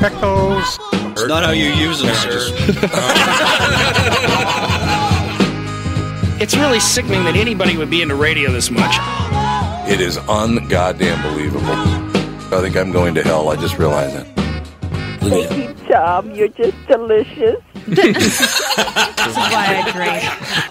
pickles. It's not how you use them, sir. It's really sickening that anybody would be into radio this much. It is ungoddamn believable. I think I'm going to hell. I just realized that. Thank you, Tom. You're just delicious. This is why I drink.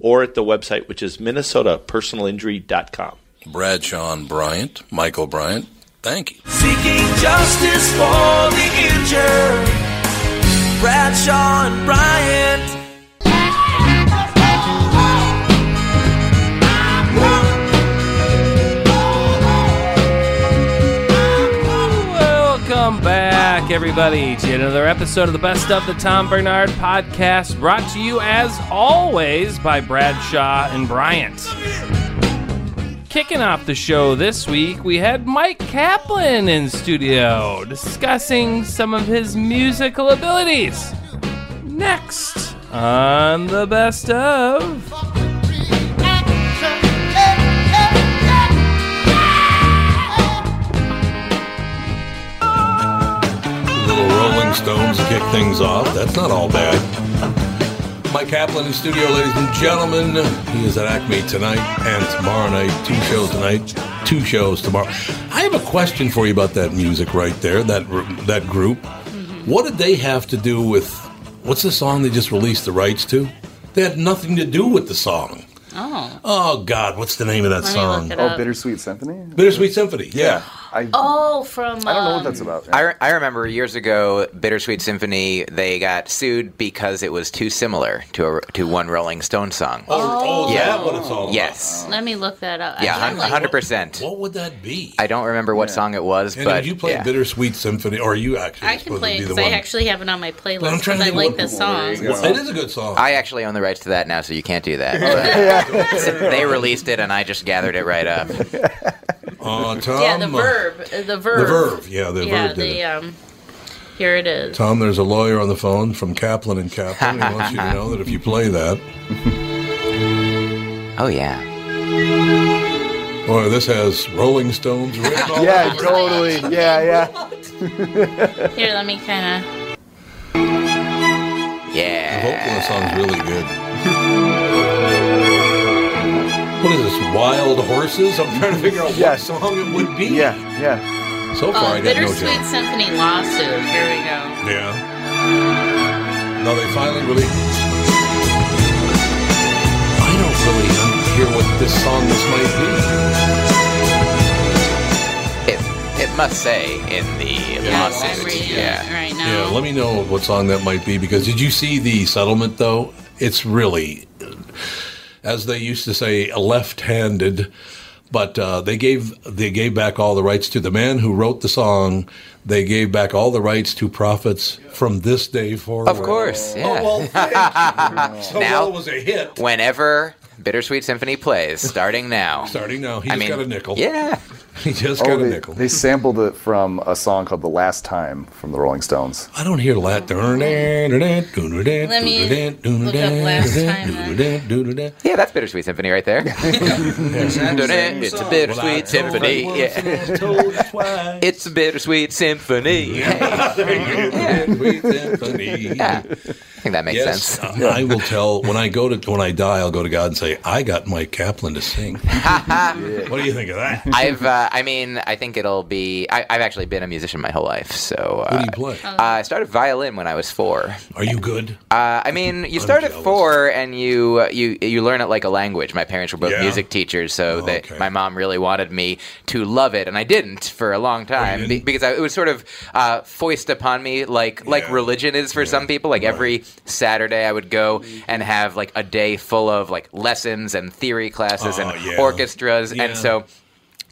or at the website, which is minnesotapersonalinjury.com. Brad Sean Bryant, Michael Bryant. Thank you. Seeking justice for the injured. Bradshaw and Bryant. Welcome back, everybody, to another episode of the Best of the Tom Bernard podcast, brought to you as always by Bradshaw and Bryant. Kicking off the show this week, we had Mike Kaplan in studio discussing some of his musical abilities. Next on the Best of. Little Rolling Stones kick things off. That's not all bad. Mike Kaplan in studio, ladies and gentlemen. He is at Acme tonight and tomorrow night. Two shows tonight, two shows tomorrow. I have a question for you about that music right there. That that group. What did they have to do with? What's the song they just released the rights to? They had nothing to do with the song. Oh. Oh God, what's the name of that Let me song? look it Oh, up. Bittersweet Symphony? Bittersweet Symphony. Yeah. I, Oh, from. I don't know what um, that's about. I, re- I remember years ago, Bittersweet Symphony, they got sued because it was too similar to a, to one Rolling Stone song. Oh, oh, is Yeah. that what it's all about? Oh. yes. Let me look that up. Yeah, I hun- like- 100%. What would that be? I don't remember what song it was, And but you play yeah. Bittersweet Symphony, or you actually I can supposed play it to be the because one. I actually have it on my playlist. But I'm trying to because I think like what- this song. Yeah. It is a good song. I actually own the rights to that now, so you can't do that. But they released it, and I just gathered it right up. Uh, Tom, Yeah, the uh, verb. uh, The verb. The verve. Yeah, the Yeah, verve did the it. um. Here it is. Tom, there's a lawyer on the phone from Kaplan and Kaplan. He wants you to know that if you play that, Oh yeah, boy, this has Rolling Stones written all Yeah, over it. totally. Yeah, yeah. Here, let me kind of. The vocal in yeah. the song's really good. What is this, Wild Horses? I'm trying to figure out what Yes. song it would be. Yeah, yeah. So far, Oh, I got no bittersweet job. symphony lawsuit. Here we go. Yeah. No, they finally really. I don't really un- hear what this song this might It, it must say in the Yeah, I'm lawsuit. reading it Yeah, right be. Yeah, now. let me know what song that might be because did you see the settlement though? It's really, as they used to say, left-handed. But uh, they gave they gave back all the rights to the man who wrote the song. They gave back all the rights to profits from this day forward. of course. Yeah. Oh, well, thank you. so Now- well, it was a hit. Whenever Bittersweet Symphony plays, starting now. Starting now, he I just mean, got a nickel. Yeah, He just got a Oh, they, nickel. They sampled it from a song called "The Last Time" from the Rolling Stones. I don't hear that. Let look up last time. Yeah, that's Bittersweet Symphony right there. it's a bittersweet symphony. Yeah. It's a bittersweet symphony. Yeah. I think that makes Yes, sense. I I will tell when I go to when I die. I'll go to God and say, "I got Mike Kaplan to sing." What do you think of that? I've, uh, I mean, I think it'll be. I, I've actually been a musician my whole life. So, uh, What do you play? Uh, I started violin when I was four. Are you good? Uh, I mean, you start at four and you uh, you you learn it like a language. My parents were both Yeah. Oh, music teachers, so they, my mom really wanted me to love it, and I didn't for a Oh, long time be- because I, it was sort of uh, foist upon me, like like religion is for some people. Like every Saturday, I would go and have like a day full of like lessons and theory classes Oh, and yeah. orchestras, Yeah. and so.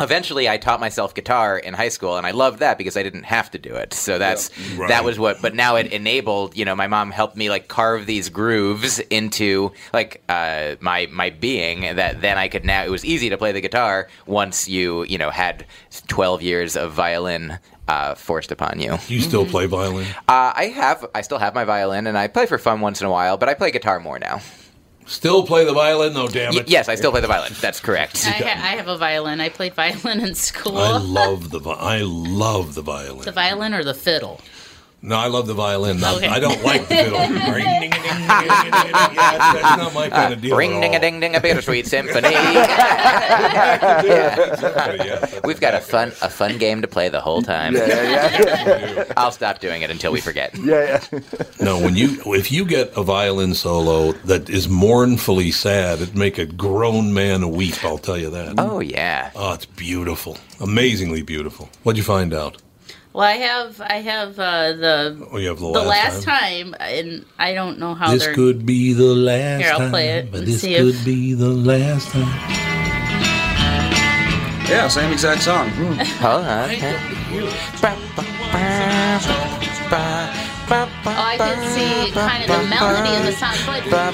Eventually, I taught myself guitar in high school, and I loved that because I didn't have to do it. So that's Right. that was what. But now it enabled. You know, my mom helped me like carve these grooves into like uh, my my being. That then I could now. It was easy to play the guitar once you you know had twelve years of violin uh, forced upon you. You still play violin? Uh, I have I still have my violin, and I play for fun once in a while. But I play guitar more now. Still play the violin though? Damn Y- it! yes, I still play the violin. That's correct. I, ha- I have a violin. I played violin in school. I love the vi- I love the violin. the violin or the fiddle? No, I love the violin. not- Okay. I don't like the fiddle. Ring, ding, ding, ding, ding, ding, that's that's not my kind of deal. Ring at ding all. a ding ding a bittersweet symphony. We've got a fun a fun game to play the whole time. Yeah, yeah, I'll stop doing it until we forget. Yeah, yeah. No, when you if you get a violin solo that is mournfully sad, it'd make a grown man weep. I'll tell you that. Oh yeah. Oh, it's beautiful, amazingly beautiful. What'd you find out? Well, I have I have uh, the Oh, you have the, the last time. and I don't know how This they're. could be the last Here, I'll time. play it But and this see could if- be the last time. Yeah, same exact song. Hmm. Hold on. Oh, I can see kind of the melody in the song. But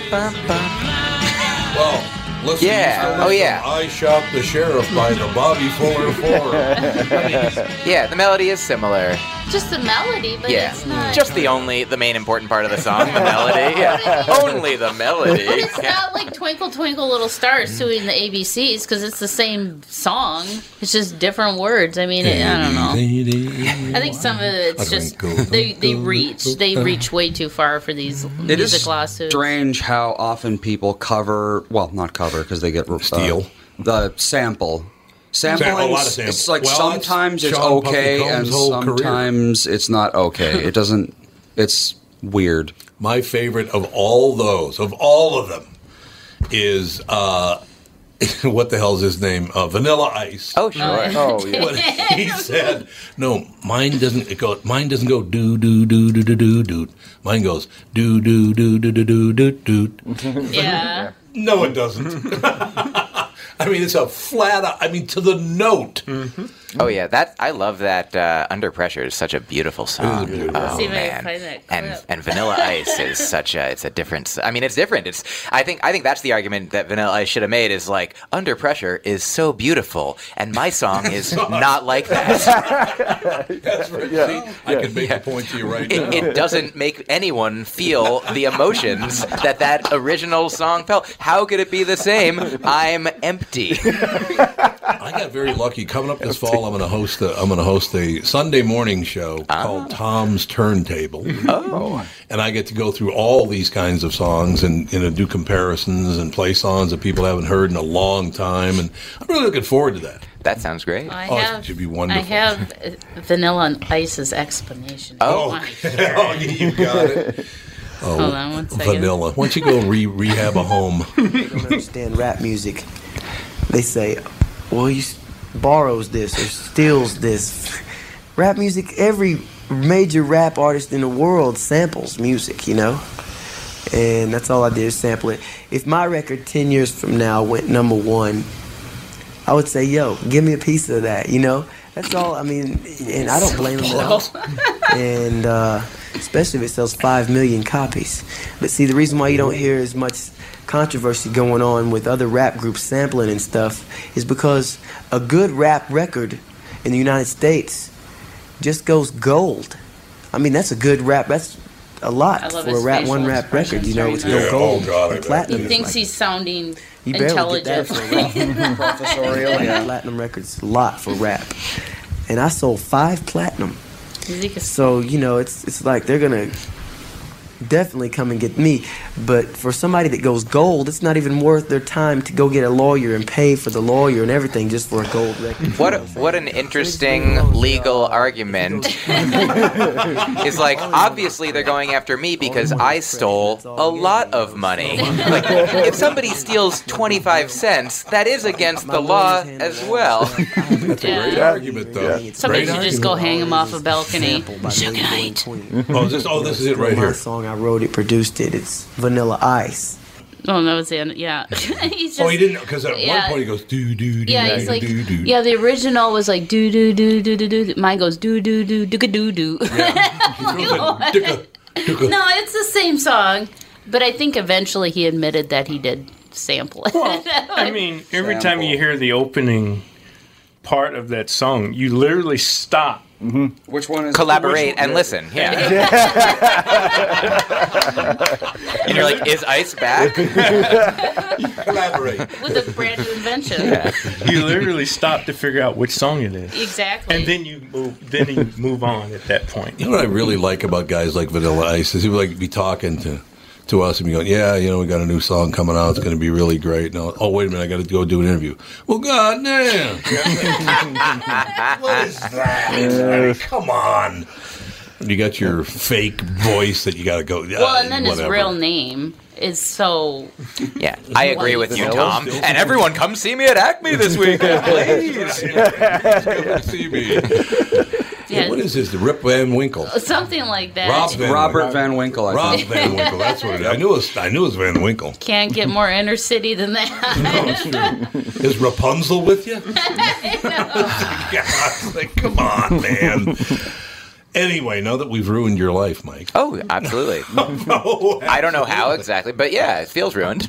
Well, listen. Yeah. you still Oh, listen. yeah. I shot the sheriff by the Bobby Fuller Four. Yeah, the melody is similar. just the melody, but yeah. it's not. Just the only the main important part of the song, the melody. Yeah. only the melody. But it's not like Twinkle Twinkle Little Stars doing the ABCs because it's the same song. It's just different words. I mean, it, I don't know. I think some of it's just they they reach they reach way too far for these It is music lawsuits. strange how often people cover, well, not cover because they get uh, Steal. the sample. Sampling, Sample, a lot of is- it's sample. like Well, that's sometimes it's Sean Puffy okay Combs' and whole career. sometimes it's not okay. It doesn't. It's weird. My favorite of all those, of all of them, is uh, what the hell's his name? Uh, Vanilla Ice. Oh sure. Oh, yeah. But he said, "No, mine doesn't it go. Mine doesn't go do do do do do do do. Mine goes do do do do do do do do." Yeah. No, it doesn't. I mean, it's a flat. out- I mean, to the note. Oh yeah, that I love that. Uh, Under pressure is such a beautiful song. Oh, See if I man. can find that clip. and and Vanilla Ice is such a it's a different. I mean, it's different. It's I think I think that's the argument that Vanilla Ice should have made is like Under Pressure is so beautiful, and my song is not like that. That's right. See, I could make a point to you right now. It, it doesn't make anyone feel the emotions that that original song felt. How could it be the same? I'm empty. I got very lucky. Coming up this fall, I'm going to host a I'm going to host a Sunday morning show Ah. called Tom's Turntable. Oh. and I get to go through all these kinds of songs and you know do comparisons and play songs that people haven't heard in a long time, and I'm really looking forward to that. That sounds great. I Oh, it have, should be wonderful. I have uh, Vanilla and Ice's explanation. Oh. my oh, you got it. Oh, Hold on one second. vanilla. Why don't you go re- rehab a home? don't understand rap music. They say, well, he s- borrows this or steals this. Rap music, every major rap artist in the world samples music, you know? And that's all I did is sample it. If my record 10 years from now went number one, I would say, yo, give me a piece of that, you know? That's all, I mean, and I don't blame them at all and uh, especially if it sells five million copies. But see, the reason why you don't hear as much controversy going on with other rap groups sampling and stuff is because a good rap record in the United States just goes gold. I mean, that's a good rap. That's a I lot love for a his rap one facial rap record. You know, it's expressions go gold, right now. and platinum. He is thinks like- he's sounding You barely get that intelligent. for Professorial, yeah. Platinum records, a lot for rap. And I sold five platinum. Zeke is- So, you know, it's it's like they're gonna definitely come and get me. But for somebody that goes gold, it's not even worth their time to go get a lawyer and pay for the lawyer and everything just for a gold record. What what an interesting legal argument. It's like obviously they're going after me because I stole a lot of money. Like if somebody steals 25 cents, that is against the law as well. That's a great argument, though. Somebody Great should just go hang him off a balcony. Sugar Knight. Oh, this, oh, this is it right My here. song I wrote it, produced it. It's Vanilla Ice. Oh, that was the end. Yeah. he's just, Oh, he didn't because at one yeah. point he goes do do do Yeah, do he's like, do do. yeah. The original was like do do do do do do. Mine goes do do do do do do. No, it's the same song, but I think eventually he admitted that he did sample it. I mean, every time you hear the opening part of that song, you literally stop. Mm-hmm. Which one is Collaborate and listen. Yeah. And you're like, is ice back? Collaborate. with a brand new invention. you literally stop to figure out which song it is. Exactly. And then you move. Then you move on at that point. You know what I really like about guys like Vanilla Ice is he would like be talking to to us and be going, yeah, you know, we got a new song coming out. It's going to be really great. No, oh wait a minute, I got to go do an interview. Well, goddamn. what is that? I mean, come on. You got your fake voice that you got to go. well, and then his whatever. real name is so. Yeah, I agree with you, Tom. And everyone, come see me at Acme this weekend, please. Yeah. What is this? The Rip Van Winkle. Something like that. Rob Van Robert Van Winkle. I Rob think. Van Winkle. That's what it is. I knew it was, I knew it was Van Winkle. Can't get more inner city than that. Is Rapunzel with you? God, like, come on, man. Anyway, now that we've ruined your life, Mike. Oh, absolutely. I don't know how exactly, but yeah, it feels ruined.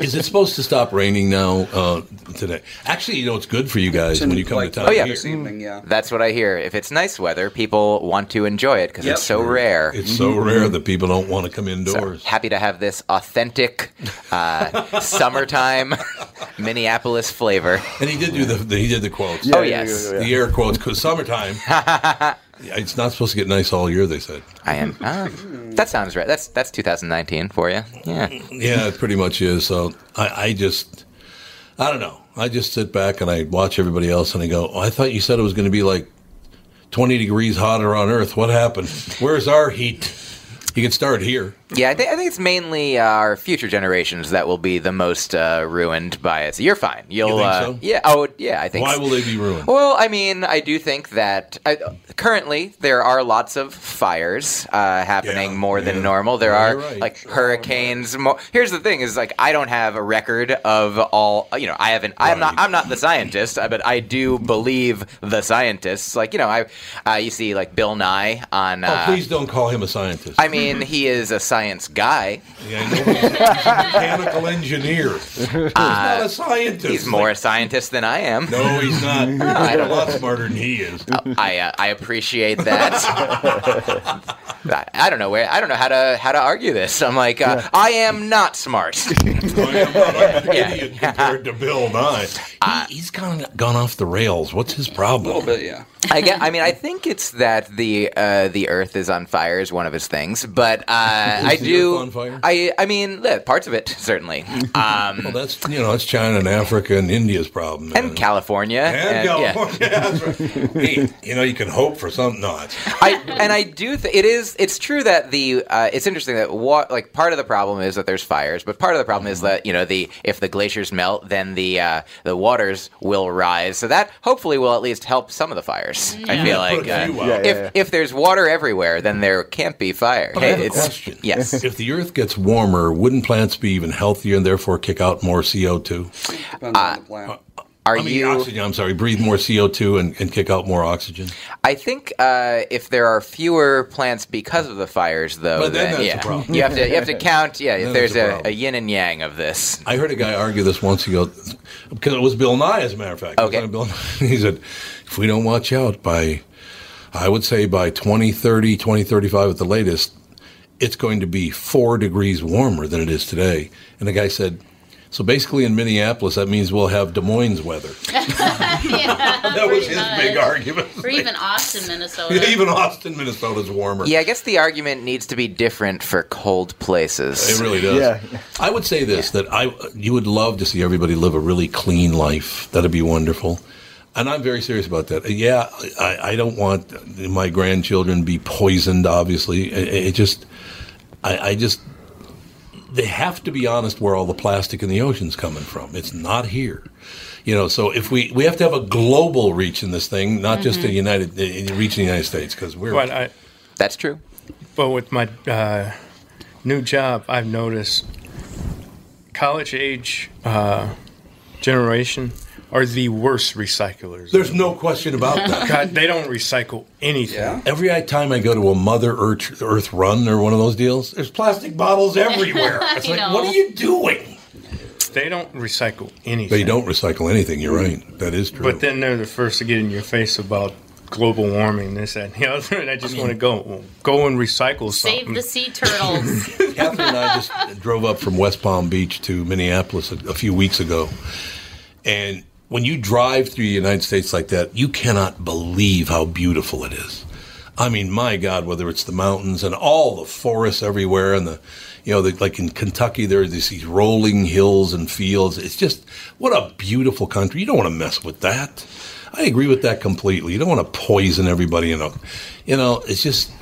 Is it supposed to stop raining now uh, today? Actually, you know, it's good for you guys when you come to town. oh yeah, here. That's what I hear. If it's nice weather, people want to enjoy it because Yep. it's so rare. It's so Mm-hmm. rare that people don't want to come indoors. happy to have this authentic uh, summertime Minneapolis flavor. And he did do the, the he did the quotes. Oh, Yeah, yes. yeah, yeah, yeah. the air quotes because summertime. it's not supposed to get nice all year. They said. I am. ah, that sounds right. That's that's 2019 for you. Yeah. Yeah, it pretty much is. So I, I just, I don't know. I just sit back and I watch everybody else and I go, oh, I thought you said it was going to be like 20 degrees hotter on Earth. What happened? Where's our heat? You can start here. Yeah, I think I think it's mainly uh, our future generations that will be the most uh, ruined by it. So you're fine. You'll think uh, so? yeah. Oh yeah, I think. Why so. will they be ruined? Well, I mean, I do think that I, currently there are lots of fires uh, happening more than normal. There are like hurricanes. Mo- Here's the thing: is like I don't have a record of all. uh, You know, I haven't. I'm not. I'm not the scientist, uh, but I do believe the scientists. Like you know, I uh, you see like Bill Nye on. Oh, Uh, please don't call him a scientist. I mean, he is a science guy. mechanical engineer. He's not a scientist. Uh, He's more a scientist than I am. No, he's not. He's I a don't- lot smarter than he is. I uh, I appreciate that. I- I don't know where I don't know how to how to argue this. I'm like uh, I am not smart. Idiot compared to Bill Nye. He, he's gone gone off the rails. What's his problem? A little bit, yeah. I get, I mean I think it's that the uh, the Earth is on fire is one of his things, but uh, Is I the do Earth on fire? I I mean yeah, parts of it certainly. Um, well, that's you know, that's China and Africa and India's problem, and California And and, yeah. California, that's right. Hey, you know, you can hope for something. No, it's I and I do. Th- it is. It's true that the. Uh, it's interesting that wa- like part of the problem is that there's fires, but part of the problem is Mm-hmm. that you know the if the glaciers melt, then the uh, the waters will rise. So that hopefully will at least help some of the fires. I Yeah. feel Put a like uh, few out. Yeah, yeah, if yeah. if there's water everywhere, then there can't be fire. But I have a question. Yes. If the Earth gets warmer, wouldn't plants be even healthier and therefore kick out more CO two? Depends on the plant. Are I mean, you? oxygen, I'm sorry, breathe more CO2 and, and kick out more oxygen. I think uh, if there are fewer plants because of the fires, though, But then, then that's a yeah, problem. you have to you have to count. Yeah, if Then there's that's a a, a, yin and yang of this. I heard a guy argue this once ago because it was Bill Nye, as a matter of fact. Okay. Bill Nye. He said, if we don't watch out by, I would say by 2030, 2035 at the latest, it's going to be four degrees warmer than it is today. And the guy said, so basically in Minneapolis, that means we'll have Des Moines weather. that was his big argument. Or even Austin, Minnesota. Even Austin, Minnesota is warmer. Yeah, I guess the argument needs to be different for cold places. It really does. I would say this that I you would love to see everybody live a really clean life. That'd be wonderful. And I'm very serious about that. Yeah, I, I don't want my grandchildren be poisoned. Obviously, it, it just, I, I just, they have to be honest where all the plastic in the ocean's coming from. It's not here, you know. So if we we have to have a global reach in this thing, not just a Mhm. United uh, reach in the United States, because we're But I, That's true. But with my uh, new job, I've noticed college age uh, generation are the worst recyclers. There's no question about that. God, they don't recycle anything. Every time I go to a Mother Earth, Earth run or one of those deals, there's plastic bottles everywhere. It's like, what are you doing? They don't recycle anything. They don't recycle anything. You're right. That is true. But then they're the first to get in your face about global warming, this, that, and the other. And I just want to go, well, go and recycle something. Save the sea turtles. Catherine and I just drove up from West Palm Beach to Minneapolis a, a few weeks ago, and when you drive through the United States like that, you cannot believe how beautiful it is. I mean, my God, whether it's the mountains and all the forests everywhere, and the, you know, the, like in Kentucky, there are these, these rolling hills and fields. It's just what a beautiful country. You don't want to mess with that. I agree with that completely. You don't want to poison everybody. You know, you know, it's just.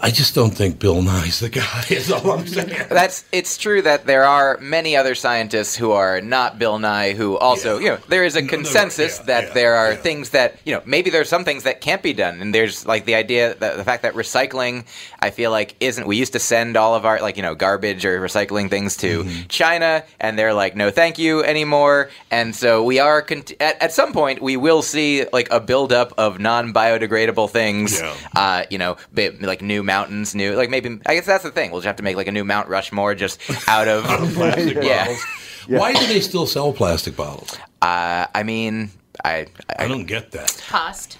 I just don't think Bill Nye's the guy. Is all I'm saying. That's it's true that there are many other scientists who are not Bill Nye who also you know there is a consensus that there are things that you know maybe there are some things that can't be done and there's like the idea that the fact that recycling I feel like isn't we used to send all of our like you know garbage or recycling things to Mm-hmm. China and they're like no thank you anymore and so we are cont- at at some point we will see like a buildup of non biodegradable things uh, you know, ba- like new mountains, new like maybe I guess that's the thing. We'll just have to make like a new Mount Rushmore just out of, plastic yeah. bottles. Why do they still sell plastic bottles? Uh, I mean, I, I don't get that. Cost.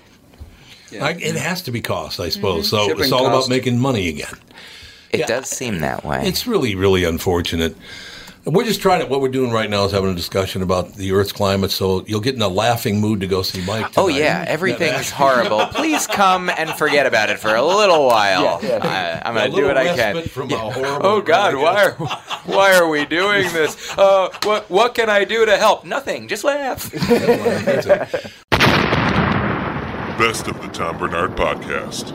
I, it has to be cost, I suppose. Mhm. So Shipping it's all cost. about making money again. It does seem that way. It's really, really unfortunate. We're just trying to. What we're doing right now is having a discussion about the Earth's climate. So you'll get in a laughing mood to go see Mike. Oh tonight. yeah, everything's horrible. Please come and forget about it for a little while. Yeah, I, I'm A gonna do what little I can. respite from Yeah. a Oh God, why are why are we doing this? Uh, what what can I do to help? Nothing. Just laugh. Best of the Tom Bernard Podcast.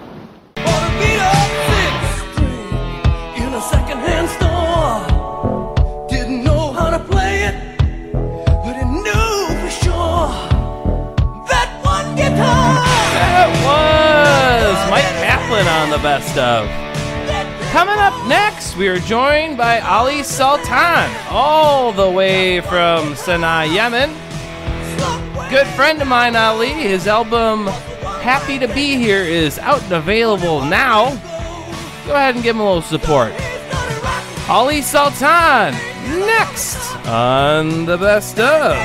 in a secondhand store. Didn't know how to play it, but it knew for sure that one guitar. was Mike Kaplan on the best of. Coming up next, we are joined by Ali Sultan, all the way from Sana'a, Yemen. Good friend of mine, Ali. His album "Happy to Be Here" is out and available now. Go ahead and give him a little support. Ali Sultan next on the best of.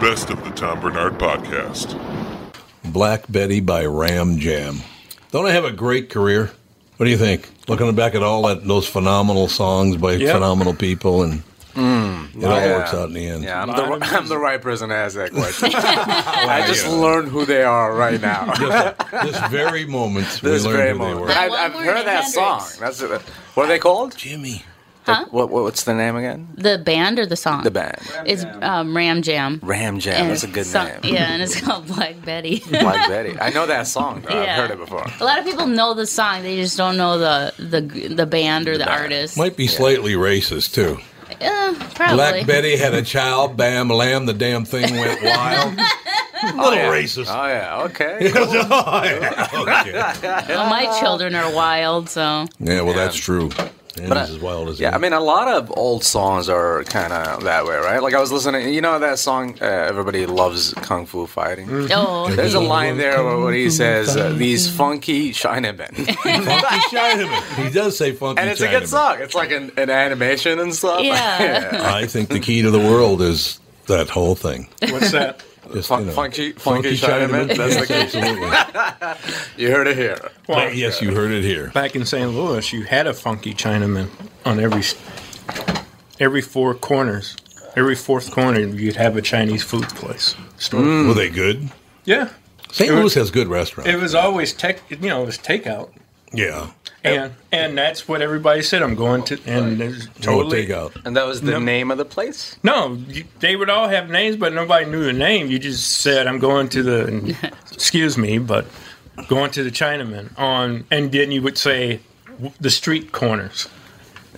Best of the Tom Bernard Podcast. Black Betty by Ram Jam. Don't I have a great career? What do you think? Looking back at all that, those phenomenal songs by Yep. phenomenal people, and Mm, it all works out in the end. Yeah, I'm the, I'm the right person to ask that question. I just Yeah. learned who they are right now. this very moment, this we learned very who moment. they were. But I've, I've heard that song. That's what are they called? Jimmy. Huh? What, what what's the name again? The band or the song? The band. It's um, Ram Jam. Ram Jam. And That's a good so- name. Yeah, and it's called Black Betty. Black Betty. I know that song. Though. Yeah. I've heard it before. A lot of people know the song, they just don't know the the the band or the, artist. Might be slightly racist too. Eh, probably. Black Betty had a child. Bam, lamb. The damn thing went wild. A little racist. Oh yeah. Okay. oh, yeah. Well, my children are wild, so Yeah, well, that's true. And But I- it's as wild as Yeah, I mean, a lot of old songs are kind of that way, right? Like I was listening, you know that song, uh, everybody loves kung fu fighting. Mm-hmm. Oh. There's a line there where, where he says, uh, "These funky Chinamen," funky Chinaman. He does say funky. and it's a Chinaman. good song. It's like an, an animation and stuff. Yeah. I think the key to the world is that whole thing. What's that? Just, you know, funky, funky, Chinaman. Chinamen. That's the Yes, case. absolutely. you heard it here. Well, yes, you heard it here. Back in St. Louis, you had a funky Chinaman on every s- every four corners. Every fourth corner, you'd have a Chinese food place. Store. Were Mm. they good? Yeah. St. It Louis was- has good restaurants. It was always take, you know, it was takeout. yeah. And and that's what everybody said. I'm going to and there's totally And that was the No. name of the place. No, you, they would all have names, but nobody knew the name. You just said, "I'm going to the." excuse me, but going to the Chinaman on, and then you would say w- the street corners.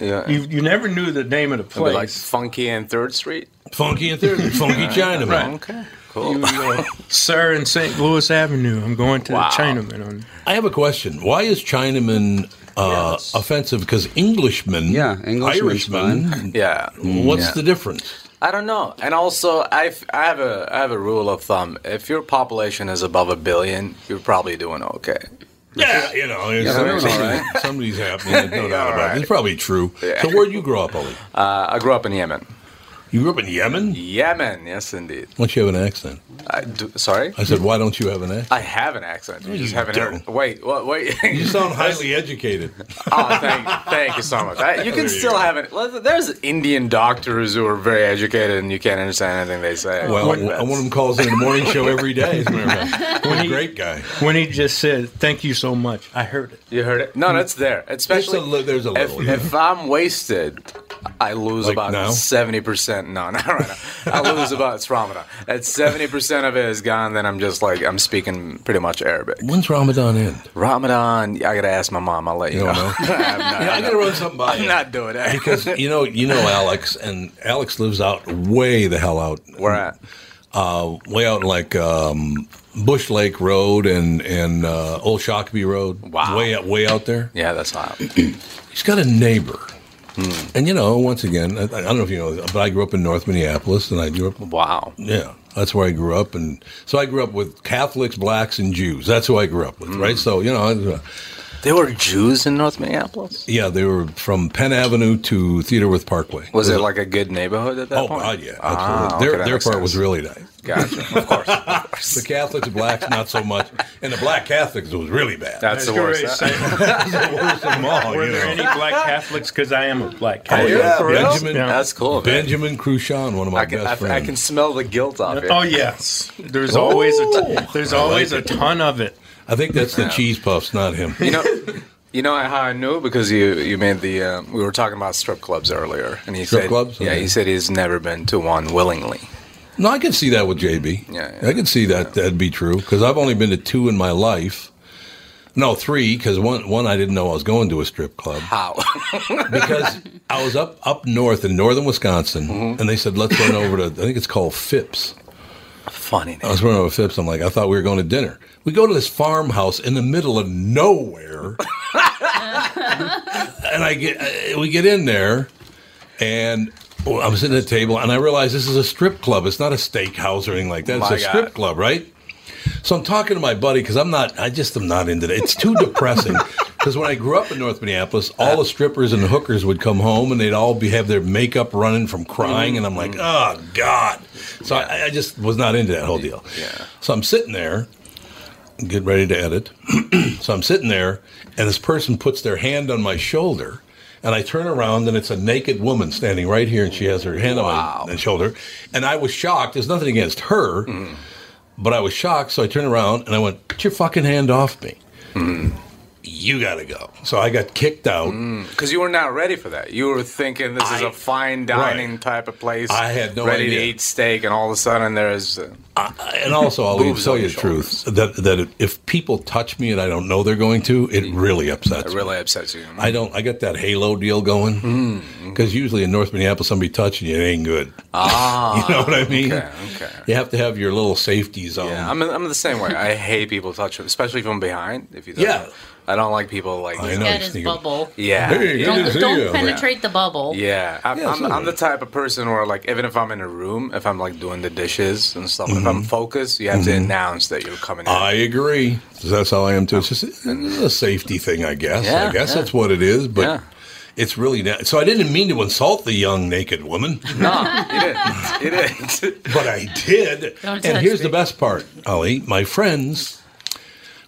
Yeah. You you never knew the name of the It'd be place. like Funky and Third Street. Funky and Third, Funky Chinaman. Right. Okay. Cool. You, uh, Sir in St. Louis Avenue. I'm going to Wow. the Chinaman on. I have a question. Why is Chinaman uh, offensive? Because Englishmen, yeah, Englishman's Irishman, yeah. Mm. What's Yeah. the difference? I don't know. And also, I've, I have a I have a rule of thumb. If your population is above a billion, you're probably doing okay. Yeah, you know, Yeah, somebody- they're all right. somebody's happening. there's No Yeah, doubt all about it. right. It's probably true. Yeah. So, where'd you grow up, Ollie? Uh, I grew up in Yemen. You grew up in Yemen? Yemen, yes, indeed. Why don't you have an accent? I do, sorry, I said, why don't you have an accent? I have an accent. You you just haven't heard. Wait, what, wait. You sound highly educated. oh, thank, thank you so much. I, you There can you still go. have it. let- There's Indian doctors who are very educated, and you can't understand anything they say. Well, one of them calls in the morning show every day. As a matter of fact. He's a he- great guy. When he just said, "Thank you so much," I heard it. You heard it? No, that's there. Especially li- there's a little. If, if I'm wasted, I lose about seventy percent. No, not right now. I lose about it's Ramadan. At seventy percent of it is gone, then I'm just like I'm speaking pretty much Arabic. When's Ramadan end? Ramadan, I gotta ask my mom. I'll let you, You don't know. know? Yeah, I gotta run something by I'm you. not doing that because you know, you know Alex, and Alex lives out way the hell out. Where at? Uh, way out in like um, Bush Lake Road and and uh, Old Shakopee Road. Wow, way out, way out there. Yeah, that's Hmm. hot. He's got a neighbor. And you know, once again, I, I don't know if you know, this, but I grew up in North Minneapolis, and I grew up. Wow. Yeah, that's where I grew up, and so I grew up with Catholics, blacks, and Jews. That's who I grew up with, right? So you know, I, was, uh, Hmm. They were Jews in North Minneapolis. yeah, they were from Penn Avenue to Theater with Parkway. Was it like a good neighborhood at that Oh, point? God, yeah, Ah, absolutely. Their- okay, that their makes part was really nice. Gotcha. the Catholics, blacks, not so much, and the black Catholics was really bad. That's the worst. That's the worst of them all. Were you there know. any black Catholics? Because I am a black Oh, Catholic. yeah, Benjamin, Yeah. That's cool. man. Benjamin Cruchon, one of my I can, best I, I friends. can smell the guilt off it. Oh yes, there's always a t- there's I like always it. a ton of it. I think that's the Yeah. cheese puffs, not him. You know, you know how I knew because you you made the uh, we were talking about strip clubs earlier, and he Strip said, clubs? yeah, he Okay. said he's never been to one willingly. No, I can see that with JB. Yeah, I can see that that'd be true because I've only been to two in my life. No, three because one one I didn't know I was going to a strip club. How? because I was up up north in northern Wisconsin, Mm-hmm. and they said let's run over to I think it's called Phipps. Funny. I was running over to Phipps. I'm like, I thought we were going to dinner. We go to this farmhouse in the middle of nowhere, and I get uh, we get in there, and oh, I'm sitting at a table, and I realize this is a strip club. It's not a steakhouse or anything like that. It's My a God. strip club, right? So I'm talking to my buddy because I'm not. I just am not into that. It's too depressing. Because when I grew up in North Minneapolis, all the strippers and hookers would come home and they'd all be have their makeup running from crying, and I'm like, oh god. So I, I just was not into that whole deal. Yeah. So I'm sitting there, getting ready to edit. so I'm sitting there, and this person puts their hand on my shoulder, and I turn around, and it's a naked woman standing right here, and she has her hand on my shoulder, and I was shocked. There's nothing against her, Mm-hmm. but I was shocked. So I turned around and I went, "Put your fucking hand off me." you got to go. So I got kicked out. Because you were not ready for that. You were thinking this is a fine dining type of place. I had no ready idea. to eat steak, and all of a sudden there's. Uh, And also, I'll even Boobs tell on you your the truth that that if people touch me and I don't know they're going to, it really upsets. Mm-hmm. It me. really upsets you. Mm-hmm. I don't. I got that halo deal going because usually in North Minneapolis, somebody touching you, it ain't good. Ah, you know what I mean? Okay, okay. You have to have your little safety zone. Yeah, I'm, I'm the same way. I hate people touching, especially from behind. If you don't, Yeah. I don't like people like. I you know, That is bubble. Yeah. Hey, good to Don't, see don't you. penetrate the bubble. Yeah, I'm, Yeah, I'm, I'm the type of person where, like, even if I'm in a room, if I'm like doing the dishes and stuff, if I'm focused, you have to Mhm. announce that you're coming in. Mm-hmm. I agree. That's how I am too. It's just it's a safety thing, I guess. Yeah, I guess yeah. that's what it is. But it's really na- so. I didn't mean to insult the young naked woman. No, you didn't. You didn't. but I did. Don't and touch here's the me. best part, Ollie. My friends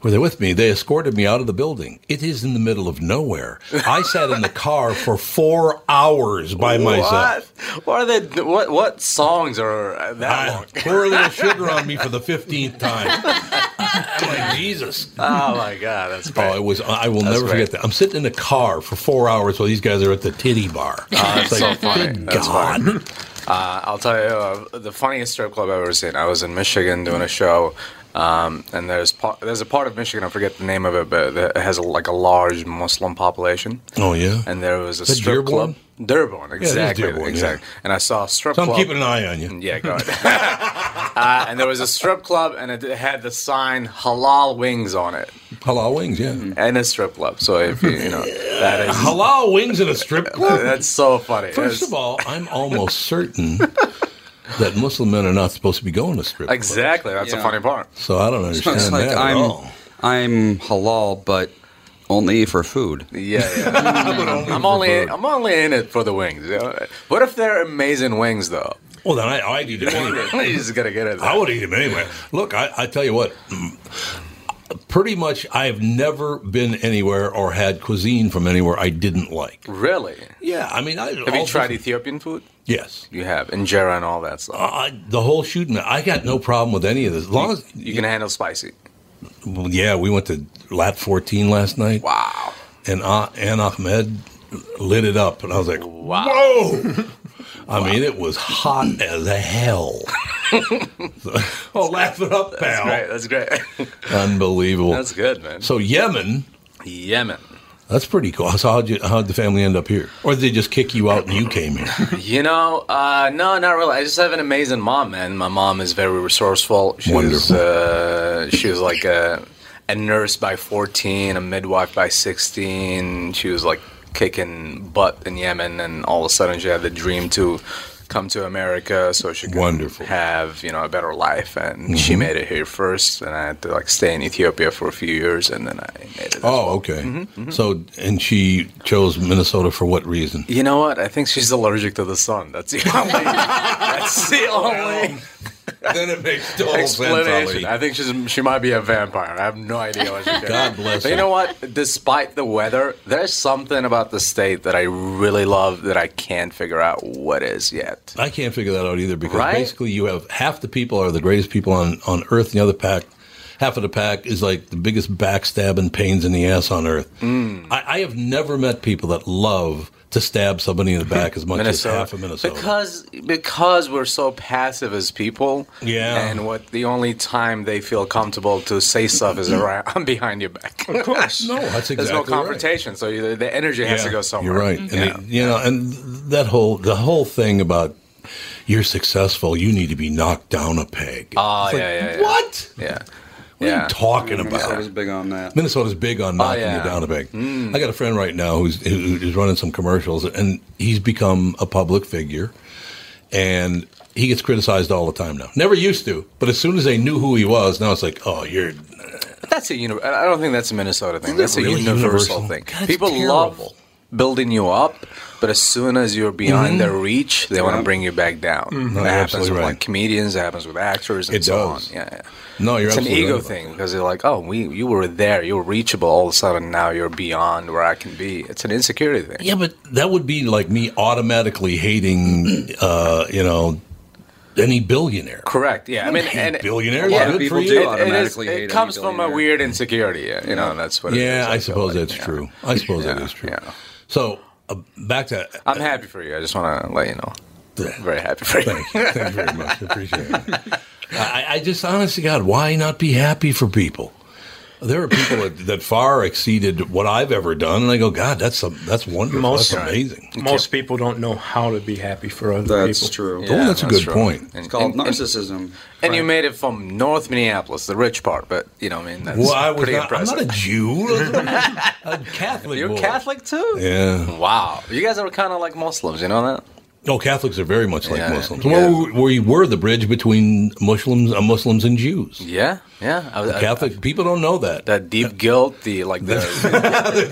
were there with me. They escorted me out of the building. It is in the middle of nowhere. I sat in the car for four hours by myself. What? What are they? What what songs are that long? Pour a little sugar on me for the fifteenth time. I'm like Jesus. Oh my god, that's Oh, it was. I will That's never great. forget that. I'm sitting in a car for four hours while these guys are at the titty bar. Oh, It's that's so like, funny. Good That's God. funny. Uh, I'll tell you uh, the funniest strip club I've ever seen. I was in Michigan doing a show, um, and there's par- there's a part of Michigan I forget the name of it, but it has a, like a large Muslim population. Oh yeah. And there was a Is that strip Dearborn? club. Dearborn, it is exactly, Dearborn, yeah. exactly. And I saw a strip So I'm club. keeping an eye on you. Yeah, go ahead. uh, and there was a strip club, and it had the sign "Halal Wings" on it. Halal Wings, yeah. Mm-hmm. And a strip club. So if you, you know that is Halal Wings in a strip club. That's so funny. First That's- of all, I'm almost certain that Muslim men are not supposed to be going to strip. clubs. Exactly. That's the Yeah. funny part. So I don't So understand it's like that at I'm all. I'm halal, but only for food. Yeah, yeah. I'm only I'm only in it for the wings. you know? What if they're amazing wings though? Well, then I, I'd eat them anyway. you just gotta get it. I would eat them anyway. Look, I, I tell you what. mm, Pretty much, I have never been anywhere or had cuisine from anywhere I didn't like. Really? Yeah. I mean, I have you all tried different- Ethiopian food? Yes, you have injera and all that stuff. I, the whole shooting. I got no problem with any of this. As long as you can handle spicy. Well, yeah, we went to Lat 14 last night. Wow. And uh, Ann Ahmed lit it up, and I was like, wow. Oh, Whoa! I mean, it was hot as hell. oh, laugh it up, pal. That's great. That's great. Unbelievable. That's good, man. So Yemen, Yemen. that's pretty cool. So how'd you, how'd the family end up here, or did they just kick you out and you came here? You know, uh, no, not really. I just have an amazing mom, man. My mom is very resourceful. She was, uh, she was like a, a nurse by 14, a midwife by 16. She was like kicking butt in Yemen, and all of a sudden she had the dream to come to America so she could Wonderful. have you know a better life. And she Mhm. made it here first, and I had to like stay in Ethiopia for a few years, and then I made it. Oh, okay. Mm-hmm, So and she chose Minnesota for what reason? You know what? I think she's allergic to the sun. That's the only. that's the only. then it makes total sense, explanation. Ali. I think she's she might be a vampire. I have no idea what she did. God bless But her. you know what? Despite the weather, there's something about the state that I really love that I can't figure out what is yet. I can't figure that out either because Right? basically you have half the people are the greatest people on, on earth, and the other pack, half of the pack is like the biggest backstabbing pains in the ass on earth. Mm. I, I have never met people that love to stab somebody in the back as much as half of Minnesota. Because because we're so passive as people. Yeah. And what the only time they feel comfortable to say stuff is around I'm behind your back. Of course. no, that's There's no exactly right. confrontation, so you, the energy has to Yeah, go somewhere. You're right. Yeah. And they- you know, and that whole the whole thing about you're successful, you need to be knocked down a peg. Ah, It's like, yeah, yeah, yeah. What? Yeah. What are Yeah. you talking about? Minnesota's big on that. Minnesota's big Oh, on knocking yeah. you down a peg. Mm. I got a friend right now who's who- who's running some commercials, and he's become a public figure, and he gets criticized all the time now. Never used to, but as soon as they knew who he was, now it's like, oh, you're But that's a uni- I don't think that's a Minnesota thing. that That's a really universal, universal? thing. God, it's People terrible. love building you up, but as soon as you're beyond Mhm. their reach, they want Yeah. to bring you back down. Mhm. No, That you're happens absolutely with right. like comedians. It happens with actors and It so does. on. Yeah, yeah. No, you're it's an absolutely ego right about thing because they're like, oh, we you were there, you were reachable. All of a sudden, now you're beyond where I can be. It's an insecurity thing. Yeah, but that would be like me automatically hating, uh, you know, any billionaire. Correct. Yeah. I mean, Hate and billionaires, Yeah, good people for do you. it- it is- automatically It, hate any comes from a weird insecurity. Yeah, you know, that's what. yeah, it I is. suppose that's true. I suppose that is true. So uh, back to I'm happy for you. I just want to let you know. Very happy for you. Thank you. Thank you very much. I appreciate it. I, I just, honest to God, why not be happy for people? There are people that, that far exceeded what I've ever done, and I go, God, that's a, that's wonderful. Most that's amazing. Most people don't know how to be happy for other That's people. true. oh, that's a good point. And- and- and- narcissism. And you made it from North Minneapolis, the rich part, but you know, I mean, that's Well, I was pretty not, I'm impressive. not a Jew. a Catholic. You're boy. Catholic too? Yeah. Wow. You guys are kind of like Muslims, you know that? No, Catholics are very much like Muslims. Well, we were the bridge between Muslims, uh, Muslims and Jews. Yeah, yeah. I, I- Catholic people don't know that. Uh, That deep guilt, the like the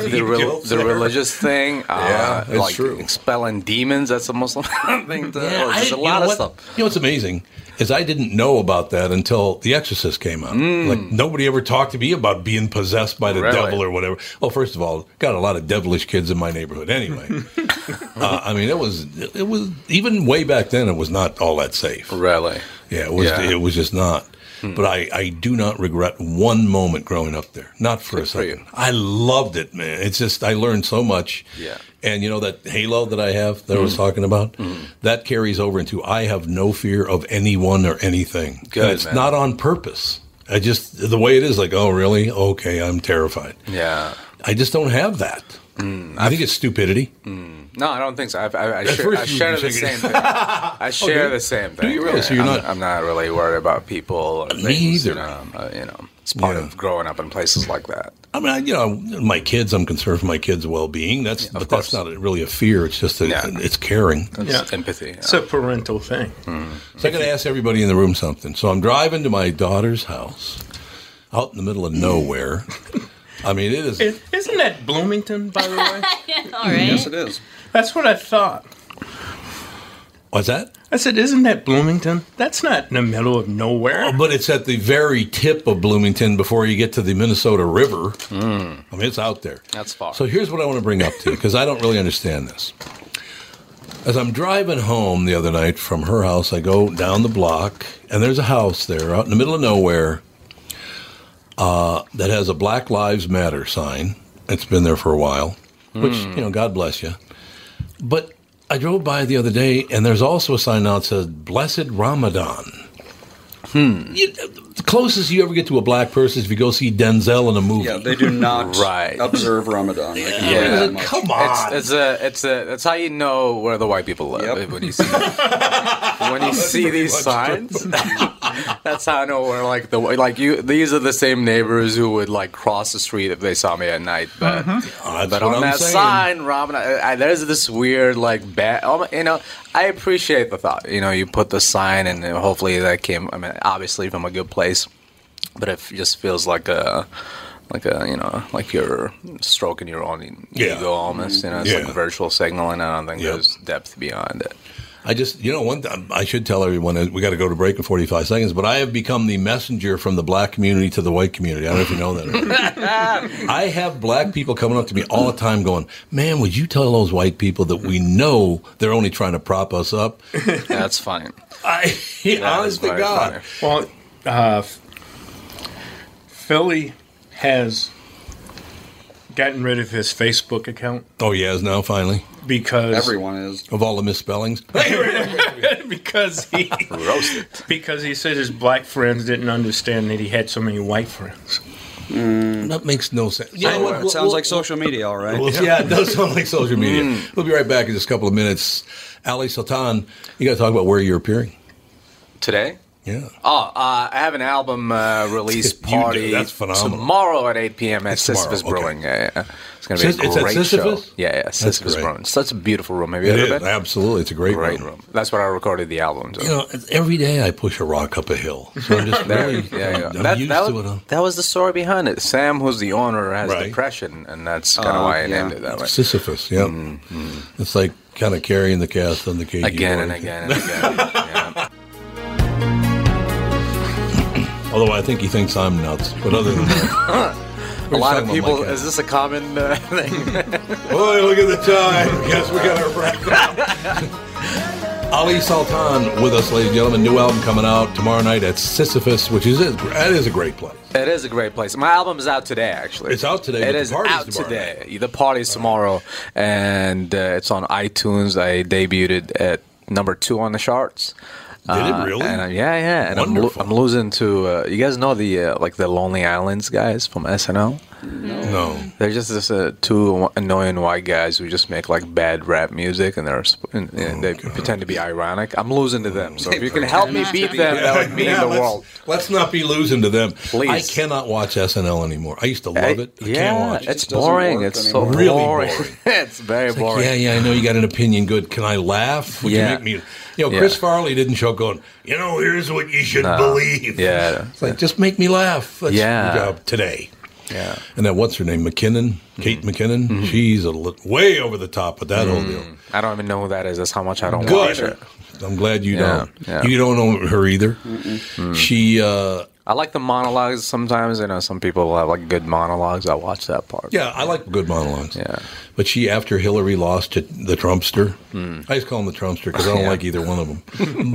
the, rel- guilt the there. religious thing. Yeah, Uh, it's like true. Expelling demons. That's a Muslim thing. Too. Yeah, There's I- a you lot know of what? stuff. You know what's amazing is I didn't know about that until The Exorcist came out. Like nobody ever talked to me about being possessed by the Mm. Really? devil or whatever. Well, first of all, got a lot of devilish kids in my neighborhood anyway. uh, I mean, it was it was even way back then. It was not all that safe. Really? Yeah, it was. Yeah. Hmm. It was just not. But I, I do not regret one moment growing up there. Not for a second. I loved it, man. It's just I learned so much. Yeah. And you know that halo that I have that I was Mm. talking about? Mm. That carries over into I have no fear of anyone or anything. Good, And it's man. not on purpose. I just the way it is, like, oh really? Okay, I'm terrified. Yeah. Mm, I just don't have that. I think it's stupidity. No, I don't think so. I, I, I, At share, first I you share were the shaking. same thing. I share do you? the same Do thing. you really? yeah. So you're I'm, not- I'm not really worried about people. Or Me either. You know, uh, you know, it's part of growing up in places like that. I mean, I, you know, my kids. I'm concerned for my kids' well-being. That's but that's not really a fear. It's just a, it's caring. empathy. It's a parental thing. So I got to ask everybody in the room something. So I'm driving to my daughter's house, out in the middle of nowhere. I mean, it is. Is- Isn't that Bloomington, by the way? All right. it is. That's what I thought. What's that? I said, isn't that Bloomington? That's not in the middle of nowhere. Oh, but it's at the very tip of Bloomington before you get to the Minnesota River. I mean, it's out there. That's far. So here's what I want to bring up to you because I don't really understand this. As I'm driving home the other night from her house, I go down the block, and there's a house there out in the middle of nowhere uh, that has a Black Lives Matter sign. It's been there for a while, which, Hmm. you know, God bless you. But I drove by the other day, and there's also a sign now that says, Blessed Ramadan. Hmm. You, the closest you ever get to a black person is if you go see Denzel in a movie. Yeah, they do not Right. observe Ramadan. I can tell you Yeah. that much. It's, it's a, it's a, that's how you know where the white people live when you see, when you see these signs. that's how I know where like the like you. These are the same neighbors who would like cross the street if they saw me at night. But but what on I'm that saying. sign, Robin, I, I, there's this weird like bad. You know, I appreciate the thought. You know, you put the sign, and hopefully that came. I mean, obviously from a good place, but it just feels like a like a you know like you're stroking your own Yeah. ego almost you know it's like Yeah. a virtual signal and i don't think there's depth beyond it I just, you know, one th- I should tell everyone that we got to go to break in 45 seconds, but I have become the messenger from the black community to the white community. I don't know if you know that. or not. I have black people coming up to me all the time going, man, would you tell those white people that we know they're only trying to prop us up? that's fine I, honest to God. Well, uh, Philly has gotten rid of his Facebook account Oh, he is now, finally. because is. Of all the misspellings. because he roasted because he said his black friends didn't understand that he had so many white friends. Mm, That makes no sense. You know what? it We'll- sounds we'll- like social media, all right? Well, yeah, it does sound like Mm. social media. We'll be right back in just a couple of minutes. Ali Sultan, you got to talk about where you're appearing. today Yeah. oh uh, i have an album uh, release You do. party That's phenomenal. tomorrow at 8 p.m at It's tomorrow, sisyphus okay. brewing yeah, yeah. it's gonna be Sys- a it's at great Sisyphus? show yeah yeah sisyphus great. brewing such a beautiful room have you It ever is, been absolutely. It's a great, great room. that's where i recorded the album so. You know, every day I push a rock up a hill. So I'm just There, really yeah, yeah. I'm, I'm That, used that to was, it. huh? that was the story behind it. Sam, who's the owner, has Right. depression, and that's kind of Uh, why I yeah. named it that way. Sisyphus, yeah. It's like kind of carrying the cast on the cage. Again and again and again. Although I think he thinks I'm nuts. But other than that, a lot of We're talking about people. Mike Is this a common uh, thing? Boy, look at the time. Guess we got our breakfast. Ali Sultan with us, ladies and gentlemen. New album coming out tomorrow night at Sisyphus, which is that is a great place. It is a great place. My album is out today, actually. It's out today. It but is the party's out tomorrow today. The party's tomorrow, and uh, it's on iTunes. I debuted at number two on the charts. Did it Uh, really? and I- yeah, yeah. And I'm, lo- I'm losing to uh, you guys know the uh, like the Lonely Islands guys from SNL. No, they're just this, uh, two annoying white guys who just make like bad rap music, and they're sp- and, and Oh, they pretend to be ironic. I'm losing to them, so if you can help me beat them, that would mean Yeah, the let's- world. Let's not be losing to them. Please. I cannot watch SNL anymore. I used to love it. I can't yeah, watch it. it's boring. It's so really boring. it's very It's like, boring. yeah, yeah, I know you got an opinion. Good. Can I laugh? Would Yeah. you make me? You know, Yeah. Chris Farley didn't show up going, you know, here's what you should No. believe. Yeah. It's like, just make me laugh. That's Yeah. your job today. Yeah. Mm-hmm. And that, what's her name? McKinnon? Kate McKinnon? She's a li- way over the top with that whole Mm. deal. I don't even know who that is. That's how much I don't watch Good. it. I'm glad you Yeah, don't. yeah. Mm-hmm. You don't know her either. She. uh I like the monologues sometimes. You know, some people have like good monologues. I watch that part. Yeah, I like good monologues. Yeah. But she, after Hillary lost to the Trumpster, I just call him the Trumpster because I Mm. don't Yeah. like either one of them.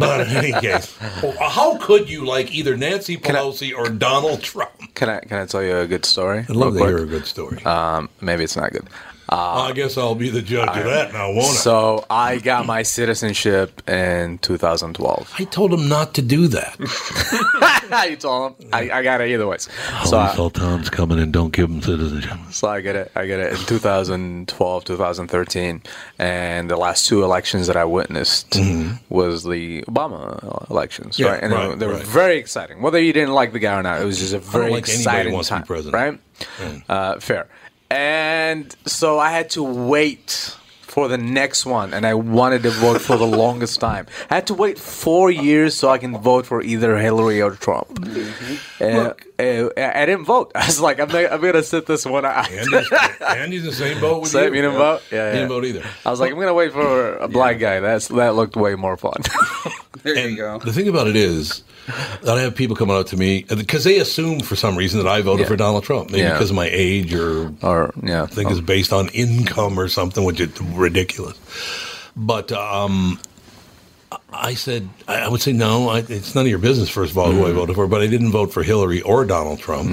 but in any case, well, Oh, uh, how could you like either Nancy Pelosi or Donald Trump? Can I can I tell you a good story? I'd love real to hear quick? a good story. Um, maybe it's not good. Uh, I guess I'll be the judge of that now, won't so I got my citizenship in 2012. I? I told him not to do that. you told him I, I got it either ways. So I, Sultan's coming and don't give him citizenship. so I get it. I get it in 2012, 2013, and the last two elections that I witnessed was the Obama elections, Mm-hmm. Yeah, right? And they right, were- they were right. very exciting. Whether you didn't like the guy or not, it was just a don't very like anybody who exciting wants to be time, president. Mm. right? Uh, fair. And so I had to wait for the next one, and I wanted to vote for the longest time. I had to wait four years so I can vote for either Hillary or Trump. Uh, uh, I didn't vote. I was like, I'm, not, I'm gonna sit this one out. Andy's, Andy's the same boat with Same, you. you didn't vote? Yeah, You yeah. didn't vote either. I was like, I'm gonna wait for a black guy. That's that looked way more fun. There you go. The thing about it is that I have people coming up to me because they assume for some reason that I voted Yeah. for Donald Trump, maybe Yeah. because of my age or or yeah, I think it's based on income or something, which is ridiculous. But um, I- I said I I would say no. I, it's none of your business. First of all, Mm. who I voted for, but I didn't vote for Hillary or Donald Trump.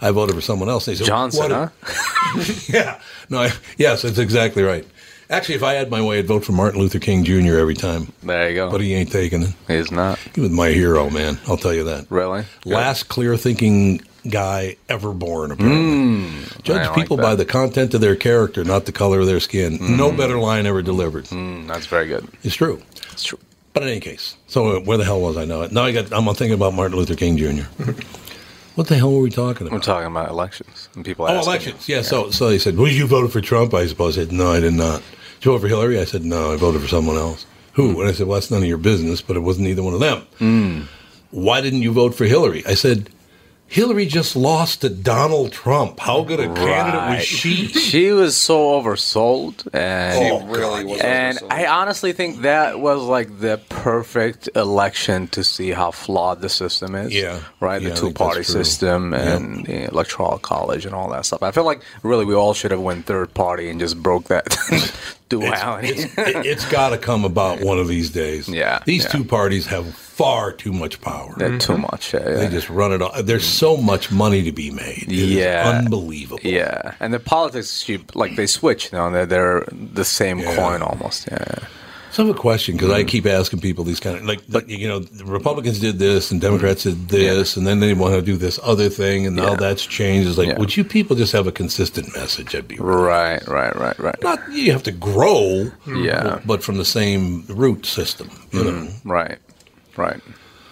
I voted for someone else. They said Johnson, what a- huh? yeah. No. I, yes, that's exactly right. Actually, if I had my way, I'd vote for Martin Luther King Jr. every time. There you go. But he ain't taking it. He's not. He was my hero, man. I'll tell you that. Really? Last clear thinking guy ever born, apparently. Hmm. I Judge like people that. Mm-hmm. by the content of their character, not the color of their skin. No better line ever delivered. Mm, that's very good. It's true. It's true. But in any case, so where the hell was I now? Now I got, I'm thinking about Martin Luther King Jr. what the hell were we talking We're about? talking about elections and people. Oh, asking elections. Yeah, so so they said, Well, you voted for Trump, I suppose. I said, No, I did not. Did you vote for Hillary? I said, No, I voted for someone else. Hmm. Who? And I said, Well, that's none of your business, but it wasn't either one of them. Mm. Why didn't you vote for Hillary? I said, Hillary just lost to Donald Trump. How good a candidate was she? She was so oversold, and She Oh, really God, was And oversold. I honestly think that was like the perfect election to see how flawed the system is. Yeah. right. Yeah, I the think two-party that's true. system and the electoral college and all that stuff. I feel like really we all should have went third party and just broke that duality. It's, it, it's got to come about one of these days. Yeah. These yeah. two parties have far too much power. They're too much. Yeah, They yeah. just run it off. There's so much money to be made. It is Yeah. unbelievable. Yeah, and the politics, you, like they switch. You know, they're, they're the same coin almost. Yeah. So I have a question because I keep asking people these kind of like, like, you know, the Republicans did this and Democrats did this, and then they want to do this other thing, and now that's changed. It's like, Yeah. would you people just have a consistent message? I'd be Right, right, right, right. not you have to grow, Yeah. Mm-hmm. but from the same root system, you know. Right, right.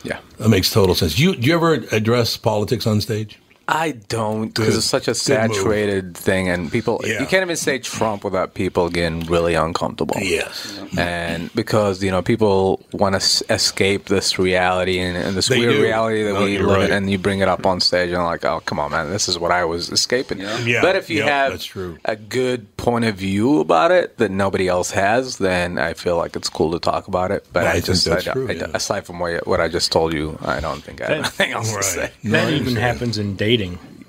Yeah, that makes total sense. You do you ever address politics on stage? I don't because Good. it's such a Good move. saturated thing, and people you can't even say Trump without people getting really uncomfortable. Yes, and because you know people want to s- escape this reality and, and this They weird do. reality that No, we you're live right. in, and you bring it up on stage, and like, oh come on, man, this is what I was escaping. Yeah, but if you yeah, have that's true. a good point of view about it that nobody else has, then I feel like it's cool to talk about it. But No, I, I think just I that's don't- true, I don't- aside from what, what I just told you, I don't think I have anything else to say. That even happens in dating.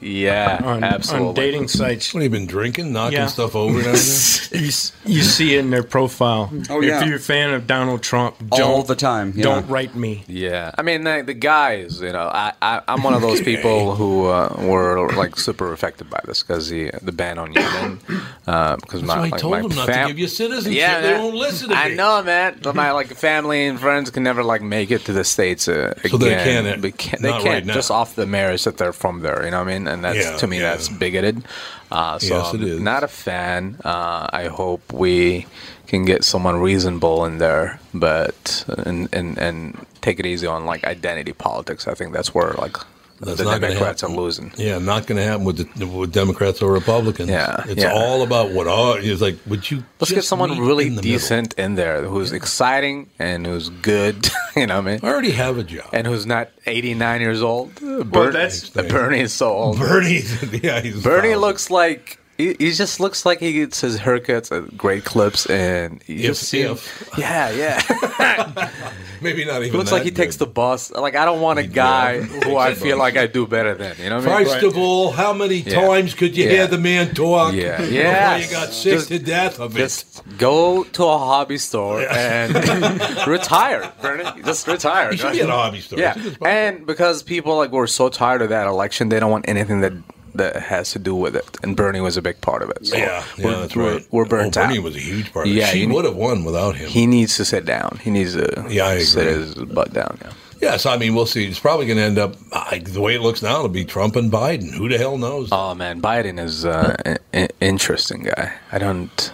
Yeah, on, absolutely. on dating sites. What have you been drinking? Knocking Yeah. stuff over down there? you, s- you see in their profile. Oh, if yeah. you're a fan of Donald Trump, don't, All the time, yeah. Don't write me. Yeah, I mean the, the guys. You know, I, I I'm one of those people who uh, were like super affected by this because the the ban on Yemen. Uh, because That's my why I like, told my them not fam- to give you citizenship. Yeah, they man. won't listen to I me. know, man. But my like family and friends can never like make it to the states uh, again. So they can't, They can't, they not can't right now. just off the merits that they're from there. You know what I mean? And that's Yeah, to me yeah. that's bigoted. Uh, so Yes, it I'm Not a fan. Uh, I hope we can get someone reasonable in there, but and and and take it easy on like identity politics. I think that's where like That's the not gonna Democrats are happen. losing. Yeah, not going to happen with the, with Democrats or Republicans. Yeah, it's yeah. all about what. Are, it's like, would you? Let's get just someone meet really in the middle? decent in there who's exciting and who's good. you know what I mean? I already have a job. And who's not 89 years old. Bernie, that's- Bernie is so old. Bernie, yeah, he's Bernie looks like. He, he just looks like he gets his haircuts at great clips and you If- just see him- if. Yeah, yeah. maybe not He even. looks like he that takes the bus. Like I don't want a uh, guy who I the feel bus. like I do better than. You know what I mean? First of all, how many Yeah. times could you Yeah. hear the man talk Yeah. before Yes. you got sick Just- to death of it? Just go to a hobby store and retire, Bernie. Just retire. You should be at a hobby store. Yeah, It's a good and because people like were so tired of that election, they don't want anything that that has to do with it. And Bernie was a big part of it. So Yeah, yeah, we're, that's we're, right. We're burnt Oh, Bernie out. was a huge part of it. She you need- would have won without him. He needs to sit down. He needs to Yeah, I sit agree. his butt down. Yeah. Yes, I mean we'll see. It's probably going to end up I, the way it looks now. It'll be Trump and Biden. Who the hell knows? Oh man, Biden is uh, an an interesting guy. I don't.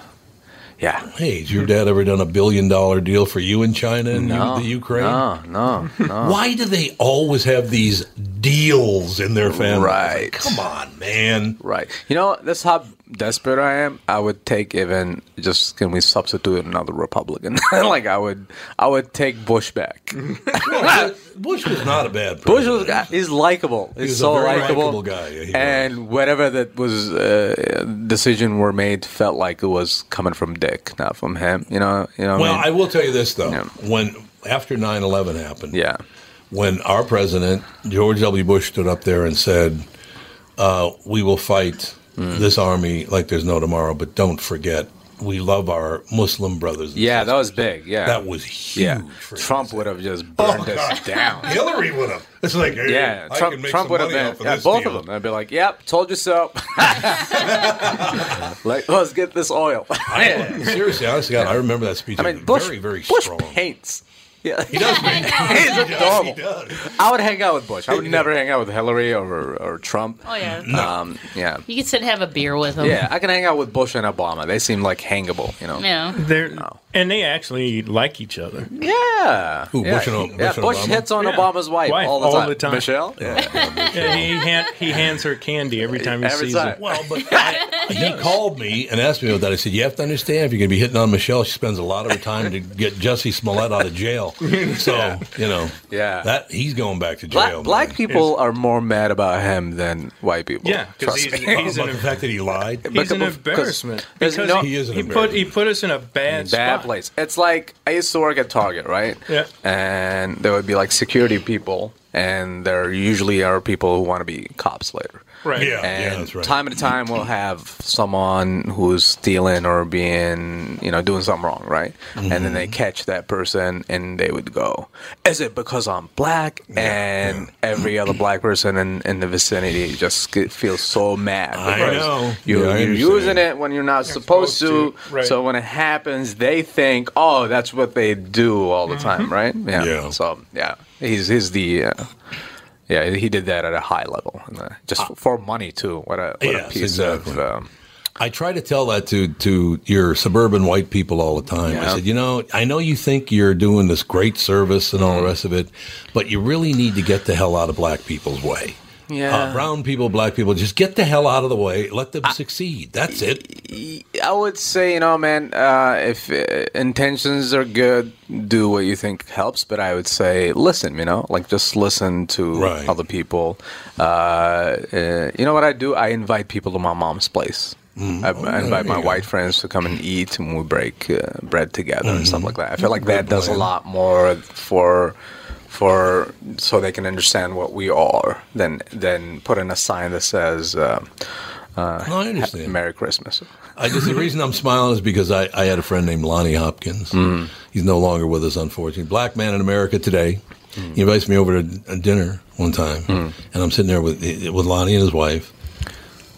Yeah. Hey, has your dad ever done a billion dollar deal for you in China and you- No, the Ukraine? No, no, no. Why do they always have these deals in their family? Right. Come on, man. Right. You know, that's how desperate I am. I would take even just can we substitute another Republican? like I would, I would take Bush back. Well, Bush was not a bad Bush was he's likable. He's was a so very likable likable guy. Yeah, he and whatever that was uh, decision were made felt like it was coming from Dick, not from him. You know. You know. what well, I mean? I will tell you this though: when after 9-11 happened, yeah, when our president George W. Bush stood up there and said, uh, "We will fight Mm. this army like there's no tomorrow, but don't forget we love our Muslim brothers." yeah, that was big. Yeah, That was huge. Yeah, Trump would have just burned us down. Oh, Hillary would have. It's like, hey, Yeah, I Trump, can make Trump some would have money been off of yeah, this both deal. of them. I'd be like, "Yep, told you so." like, let's get this oil. I, seriously, honestly, God, I remember that speech. I mean, Bush, very, very Bush strong. paints. Yeah, he does. He's adorable. I would hang out with Bush. I would never hang out with Hillary or or Trump. Oh, yeah. Um, yeah, You could sit and have a beer with him. yeah. I can hang out with Bush and Obama. They seem like hangable. You know. Yeah. They're and they actually like each other. Yeah. Who, Uh, yeah. Bush and O- Bush yeah, and Bush Obama? hits on Obama's wife, all the time. Michelle. Yeah, he, hand, he hands her candy every time he Every sees time. her. Well, but he called me and asked me about that. I said, "You have to understand if you're going to be hitting on Michelle, she spends a lot of her time to get Jesse Smollett out of jail. So you know, Yeah. that he's going back to Black, jail. black man. people are more mad about him than white people. Yeah, because Trust he's, me. he's But an the fact that he lied, He's an Because- embarrassment. there's Because no- he, He is an he put he put us in a bad, bad spot. place. It's like I used to work at Target, right? Yeah. And there would be like security people, and there usually are people who want to be cops later. Right. Yeah, And yeah, that's right. Time and time we'll have someone who's stealing or being, you know, doing something wrong, right? And then they Mm-hmm. catch that person, and they would go, "Is it because I'm black?" and every other black person in, in the vicinity just get, feels so mad. I because know. You're, Yeah, I you're understand. using it when you're not supposed, supposed to. to, right. So when it happens, they think, "Oh, that's what they do all the time, right?" Yeah. Mm-hmm. Yeah. So yeah, he's he's the uh, yeah he did that at a high level, and, uh, just for money too. What a what a Yes, piece exactly. of um, I try to tell that to to your suburban white people all the time. I Yeah. said, you know, I know you think you're doing this great service and all the rest of it, but you really need to get the hell out of black people's way. yeah. Uh, brown people, black people, just get the hell out of the way. Let them succeed. That's it. I would say, you know, man, uh, if uh, intentions are good, do what you think helps. But I would say, listen, you know, like just listen to other people. Uh, uh, you know what I do? I invite people to my mom's place. I, I invite my white friends to come and eat, and Mm-hmm. we break uh, bread together and stuff like that. I feel like that does a lot more for for so they can understand what we are than than put in a sign that says. Um, uh, Oh, I understand. Merry Christmas. I just the reason I'm smiling is because I, I had a friend named Lonnie Hopkins. Mm. He's no longer with us, unfortunately. Black man in America today. Mm. He invites me over to a dinner one time, and I'm sitting there with with Lonnie and his wife,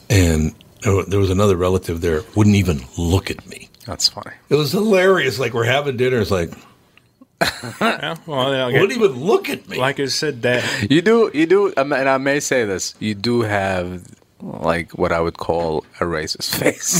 and there wa- there was another relative there wouldn't even look at me. That's funny. It was hilarious. Like we're having dinner, it's like yeah, well, they'll get- Wouldn't even look at me. Like I said, that You do, you do, um, and I may say this: you do have like what I would call a racist face.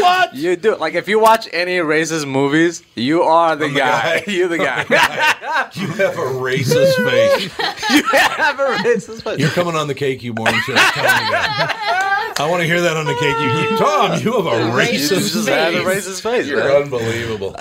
what you do? Like if you watch any racist movies, you are the, guy. You're the guy. you have a racist face. you have a racist face. You're coming on the KQ morning show. Tell me that. I want to hear that on the KQ. Tom, you have a racist You just face. had a racist face, You're man. unbelievable.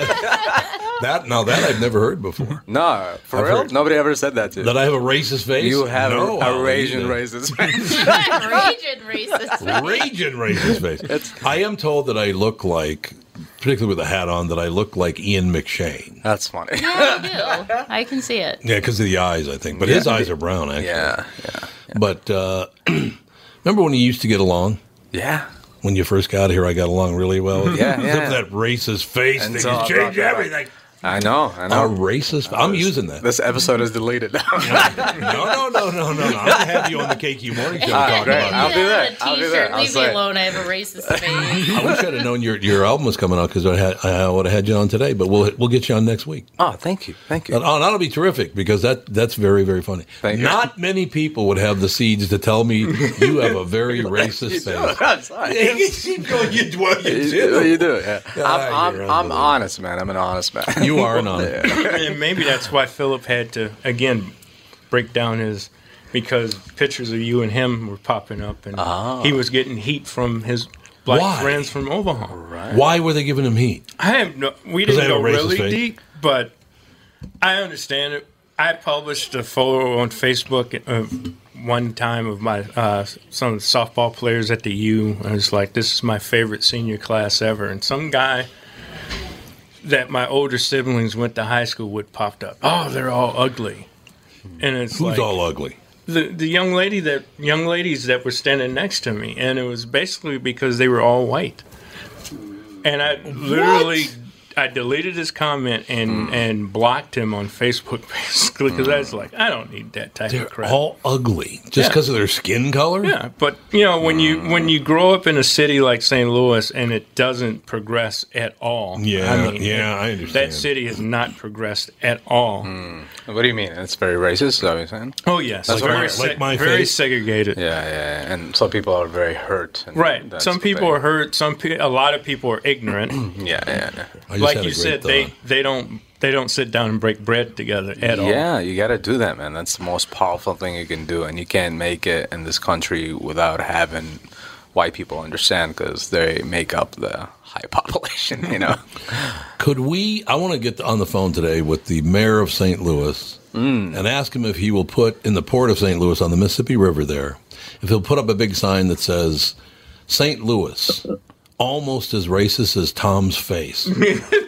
that now that I've never heard before. No, for I've real, heard- nobody ever said that to you. That I have a racist face. You have No, I a, don't a Asian either. racist face. Raging racist. Raging racist face. I am told that I look like, particularly with a hat on, that I look like Ian McShane. That's funny. Yeah, you do. I can see it. Yeah, because of the eyes, I think. But his Yeah. eyes are brown, actually. Yeah, yeah. But uh, remember when you used to get along? Yeah. When you first got here, I got along really well. Yeah, Except yeah. for that racist face And that so I you brought change that up. everything. I know. I know. Our racist. I'm using that. This episode is deleted. No, no, no, no, no, no. I'm gonna have you on the KQ morning show Ah, talking great. about it. I'll do that. I I'll have do a T-shirt. that. I'll Leave me say it. alone. I have a racist I wish face. I'd have known your, your album was coming out because I had I would have had you on today. But we'll we'll get you on next week. Oh, thank you, thank you. And, oh, that'll be terrific because that that's very very funny. Not many people would have the seeds to tell me you have a very racist face. I'm sorry. Yeah, you keep going, you, well, you You do. do. You do. Yeah. Ah, I'm, you're I'm, I'm honest, man. I'm an honest man. You are an honest Yeah. and maybe that's why Philip had to again break down his because pictures of you and him were popping up, and Ah. he was getting heat from his black Why? friends from Omaha. Right. Why were they giving him heat? I have no. We 'Cause I didn't have a go racist really face. deep, but I understand it. I published a photo on Facebook uh, one time of my uh, some softball players at the U. I was like, "This is my favorite senior class ever," and some guy that my older siblings went to high school with popped up. Oh, they're all ugly, and it's like, Who's all ugly? the the young lady that young ladies that were standing next to me, and it was basically because they were all white. And I literally I deleted his comment and Hmm. and blocked him on Facebook basically because I was like, I don't need that type They're of crap. Hmm. all ugly just Yeah. because of their skin color. Hmm. yeah, but you know when you when you grow up in a city like St. Louis and it doesn't progress at all. Yeah, I mean, yeah, I That understand. Hmm. city has not progressed at all. What do you mean? It's very racist. Is that what you're saying? Oh yes, That's what very I- seg- very segregated. Yeah, yeah, yeah. And some people are very hurt. And Right. that's Some the people thing. are hurt. Some pe- a lot of people are ignorant. Yeah, yeah. yeah. like you said, they they don't they don't sit down and break bread together at all. yeah, you got to do that, man. That's the most powerful thing you can do, and you can't make it in this country without having white people understand because they make up the high population. You know, Could we? I want to get on the phone today with the mayor of St. Louis Mm. and ask him if he will put in the port of St. Louis on the Mississippi River there, if he'll put up a big sign that says, St. Louis, almost as racist as Tom's face.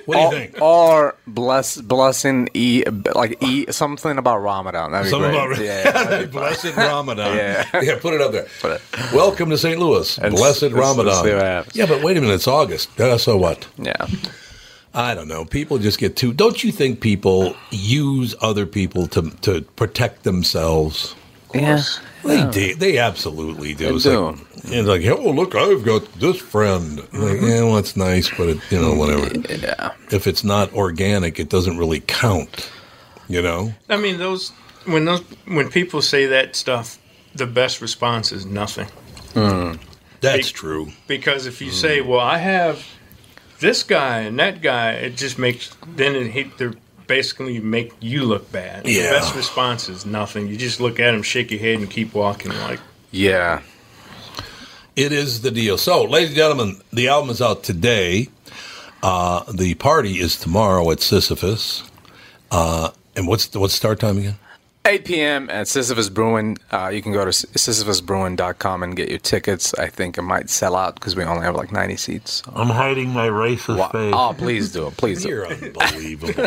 What do you think? or bless blessing e like e something about Ramadan. That'd be Something great. about- yeah, that'd be fun. Blessed Ramadan. Yeah. put it up there. Welcome to St. Louis. Let's- let's- Blessed let's Ramadan. see what happens. Yeah, but wait a minute. It's August. Uh, so what? Yeah. I don't know. People just get too. Don't you think people use other people to to protect themselves? Yeah. They do. They absolutely do. They It's like- it's like, oh look, I've got this friend. Like, yeah, well, it's nice, but it, you know, whatever. Mm-hmm. Yeah. If it's not organic, it doesn't really count. You know. I mean those when those when people say that stuff, the best response is nothing. Hmm. That's Be- true. Mm. Because if you say, "Well, I have this guy and that guy," it just makes then it hate they basically make you look bad. Yeah. The best response is nothing. You just look at him, shake your head, and keep walking. Like Yeah. It is the deal. So, ladies and gentlemen, the album is out today. Uh, the party is tomorrow at Sisyphus. Uh, and what's the, what's start time again? 8 p.m. at Sisyphus Brewing. Uh, you can go to sisyphusbrewing.com and get your tickets. I think it might sell out because we only have like 90 seats. I'm hiding my racist Wha- face. Oh, please do it. Please do it. You're unbelievable.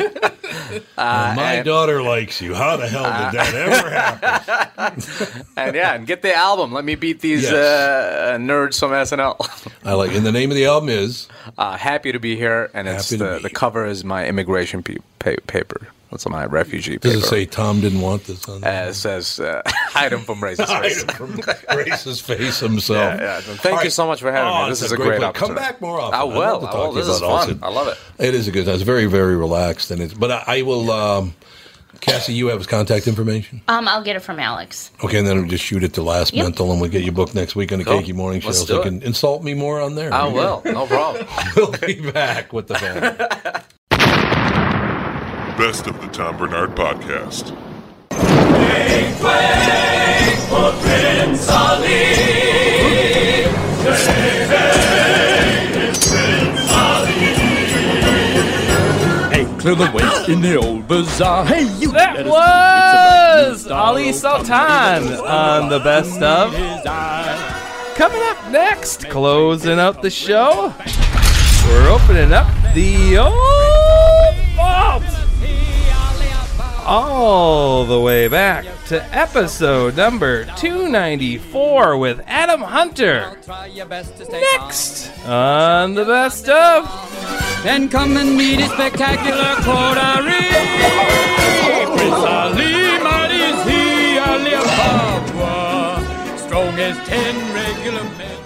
Uh, my and- Uh, daughter likes you. How the hell did that ever happen? and yeah, and get the album. Let me beat these Yes. uh, nerds from SNL. I like. And the name of the album is uh, "Happy to Be Here," and it's the, the cover is my immigration pe- pa- paper. What's on my refugee Does paper? it say Tom didn't want this on? Uh, it says uh, "Item from Racist Hide Face." him from racist face himself. Yeah, yeah. Thank All you right. so much for having Oh, me. This it's is a place. great, Come opportunity. back more often. I I'd love to will. Oh, I talk will. to you This is about all fun. this. I love it. It is a good. It's very very relaxed, and it's. But I, I will. Um, Cassie, you have his contact information. Um, I'll get it from Alex. Okay, and then we'll just shoot it to last Yep. mental, and we'll get you booked next week on the Cool. Cakey Morning Show. Let's so do you it. can insult me more on there. I will. No problem. we'll be back with the band. Best of the Tom Bernard Podcast. Hey, clear the way in the old bazaar. Hey, you. That was Ali Sultan on the best of. Coming up next, closing out the show, we're opening up the old vault all the way back to episode number 294 with Adam Hunter Next! on the best of. Then come and meet a spectacular coterie! Prince Ali, mighty is he, Ali of Papua, strong as ten regular men.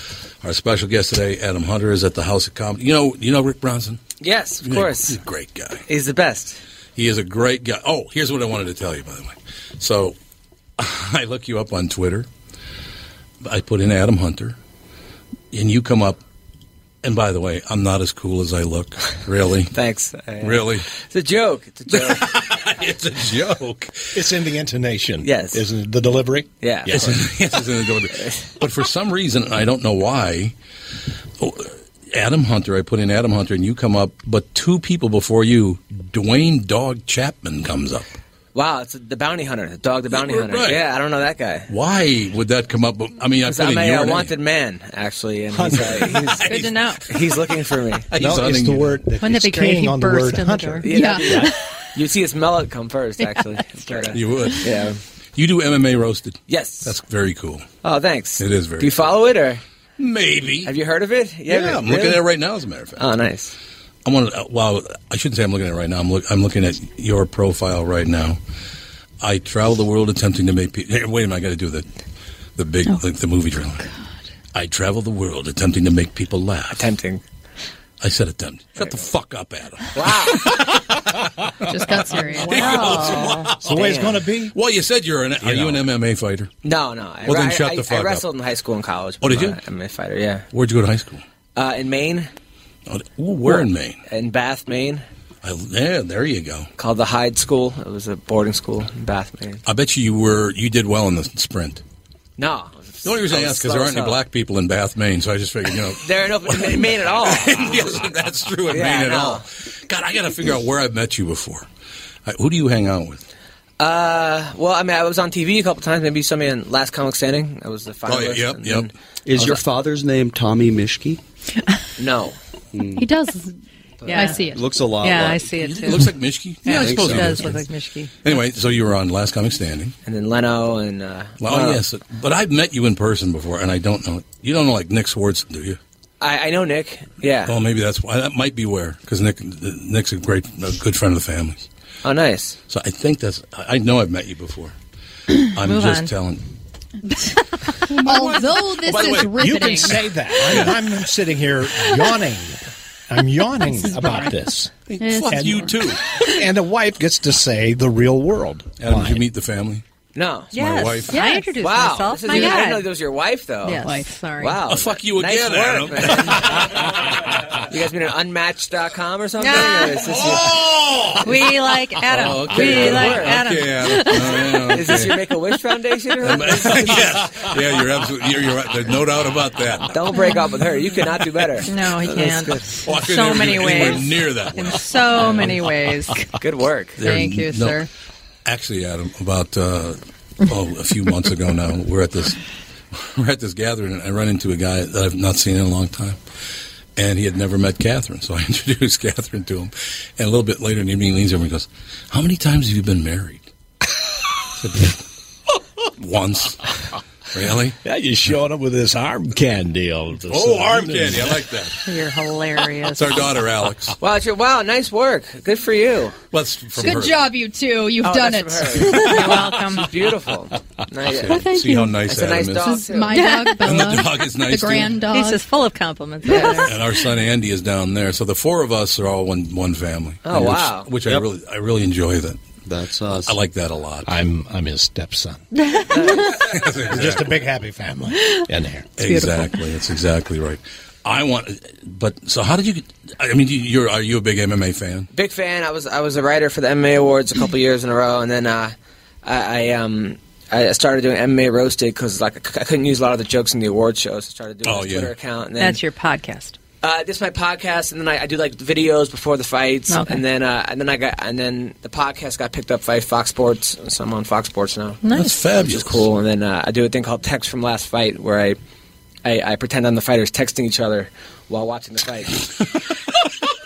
Our special guest today, Adam Hunter, is at the House of Comedy. You know, you know Rick Bronson. Yes, of Yeah, course. he's a great guy. He's the best. He is a great guy. Oh, here's what I wanted to tell you, by the way. So, I look you up on Twitter. I put in Adam Hunter, and you come up. And by the way, I'm not as cool as I look. Really? Thanks. uh, Really? It's a joke. It's a joke. it's a joke. It's in the intonation. Yes. Isn't it the delivery? Yeah. Yes, yes, it's in the delivery. But for some reason, and I don't know why, oh, Adam Hunter, I put in Adam Hunter, and you come up, but two people before you, Dwayne Dog Chapman comes up. wow, it's the bounty hunter, the dog, the bounty Right. hunter. Yeah, I don't know that guy. Why would that come up? I mean, I He's- put I'm in a, your uh, name. wanted man, actually, and he's, uh, he's, Good to know. he's looking for me. No, it's hunting the you. word. Wouldn't that be great if he burst in the door? Yeah. you see his mullet come first, actually. But, uh, You would. Yeah. You do MMA roasted. Yes. That's very cool. Oh, thanks. It is very Do you follow it or maybe? Have you heard of it? Yeah, I'm looking at it right now, as a matter of fact. Oh, nice. I'm on. Uh, wow, I shouldn't say I'm looking at it right now. I'm, look, I'm looking at your profile right now. I travel the world attempting to make people. Hey, wait a minute, I got to do the the big Oh. like the movie trailer. I travel the world attempting to make people laugh. Attempting. I said attempt. Shut the fuck up, Adam. Just got serious. That's the way it's gonna be. Well, you said you're an. Are you an MMA fighter? No, no. I, Well, then I- shut I- the fuck I up. wrestled in high school and college. Oh, but did you? not- I'm a fighter, yeah. Where'd you go to high school? Uh, in Maine. Oh, ooh, where in Maine? In Bath, Maine. I, yeah, there you go. Called the Hyde School. It was a boarding school in Bath, Maine. I bet you you were you did well in the sprint. No. The only reason I, was ask is slow there aren't as any hell. black people in Bath, Maine, so I just figured you know. There are no in Maine at all. yes, that's true in Maine at all. God, I got to figure out where I've met you before. I, who do you hang out with? Uh, well, I mean, I was on TV a couple times. Maybe you saw me in Last Comic Standing. I was the Oh, Oh, finalist. and then- Is I was your like, father's name Tommy Mishke? Hmm. no? He does. I see it. Looks a lot Yeah, like- I see it too. Looks like Mishki. Yeah, I, I think suppose so. he It does. does look like Mishki. Anyway, so you were on Last Comic Standing. And then Leno and uh, Well, Leno. oh, yes, but I've met you in person before, and I don't know. You don't know like Nick Swartz, do you? I, I know Nick. Yeah. Oh, maybe that's why. That might be where because Nick Nick's a great, a good friend of the family. Oh, nice. So I think that's. I I know I've met you before. I'm Move just on. telling. Although this By the is way, riveting. you can say that. I'm, I'm sitting here yawning. I'm yawning about this. Yes. Fuck And- you too. And the wife gets to say the real world. Adam, did you meet the family? No. It's my Yes. wife. Yes. I introduced wow. myself. This is My your- I God. didn't know that was your wife, though. Yes. Wife, sorry. Wow. Oh, fuck you nice again, work, Adam. man. you guys been at unmatched.com or something? Or is this your- Oh! we like Adam. Oh, okay. We like Okay, Adam. Adam. Oh, yeah, Is this okay. Um, your Make a Wish Foundation? Or yes. Yeah, you're absolutely. You're, you're right. There's no doubt about that. Don't break up with her. You cannot do better. No, he That's can't. good. Oh, I couldn't So ever many get anywhere ways. Near that. In so many ways. Good work. Thank you, no- sir. Actually, Adam, about uh, oh, a few months ago now, we're at this we're at this gathering, and I run into a guy that I've not seen in a long time, and he had never met Catherine, so I introduced Catherine to him. And a little bit later in the evening, he leans over and goes, "How many times have you been married?" I said, Once. Really? Yeah, you showed up with this arm can deal. Oh, arm candy! I like that. You're hilarious. It's our daughter, Alex. Wow, it's your, wow, nice work. Good for you. Well, it's from Good her. job, you two. You've Oh, done it. that's from her. You're welcome. She's beautiful. See, Well, thank see you. how nice That's a nice Adam is. dog, This is my dog, And the Bella. dog is nice, The too. grand dog. He's just full of compliments. and our son Andy is down there. So the four of us are all one one family. Oh, which, wow. Which I Yep. really I really enjoy that. That's us. I like that a lot. I'm I'm his stepson. We're just a big happy family in here. exactly. That's exactly right. I want, but so how did you? get- I mean, you- you're are you a big MMA fan? Big fan. I was I was a writer for the MMA awards a couple years in a row, and then uh, I, I um I started doing MMA roasted because like I c- I couldn't use a lot of the jokes in the award shows. So I started doing Oh, a yeah. Twitter account, and then That's your podcast. Uh, this is my podcast, and then I, I do like videos before the fights, Okay. and then uh, and then I got and then the podcast got picked up by Fox Sports, so I'm on Fox Sports now. Nice. That's which is cool. And then uh, I do a thing called Text from Last Fight, where I, I I pretend I'm the fighters texting each other while watching the fight.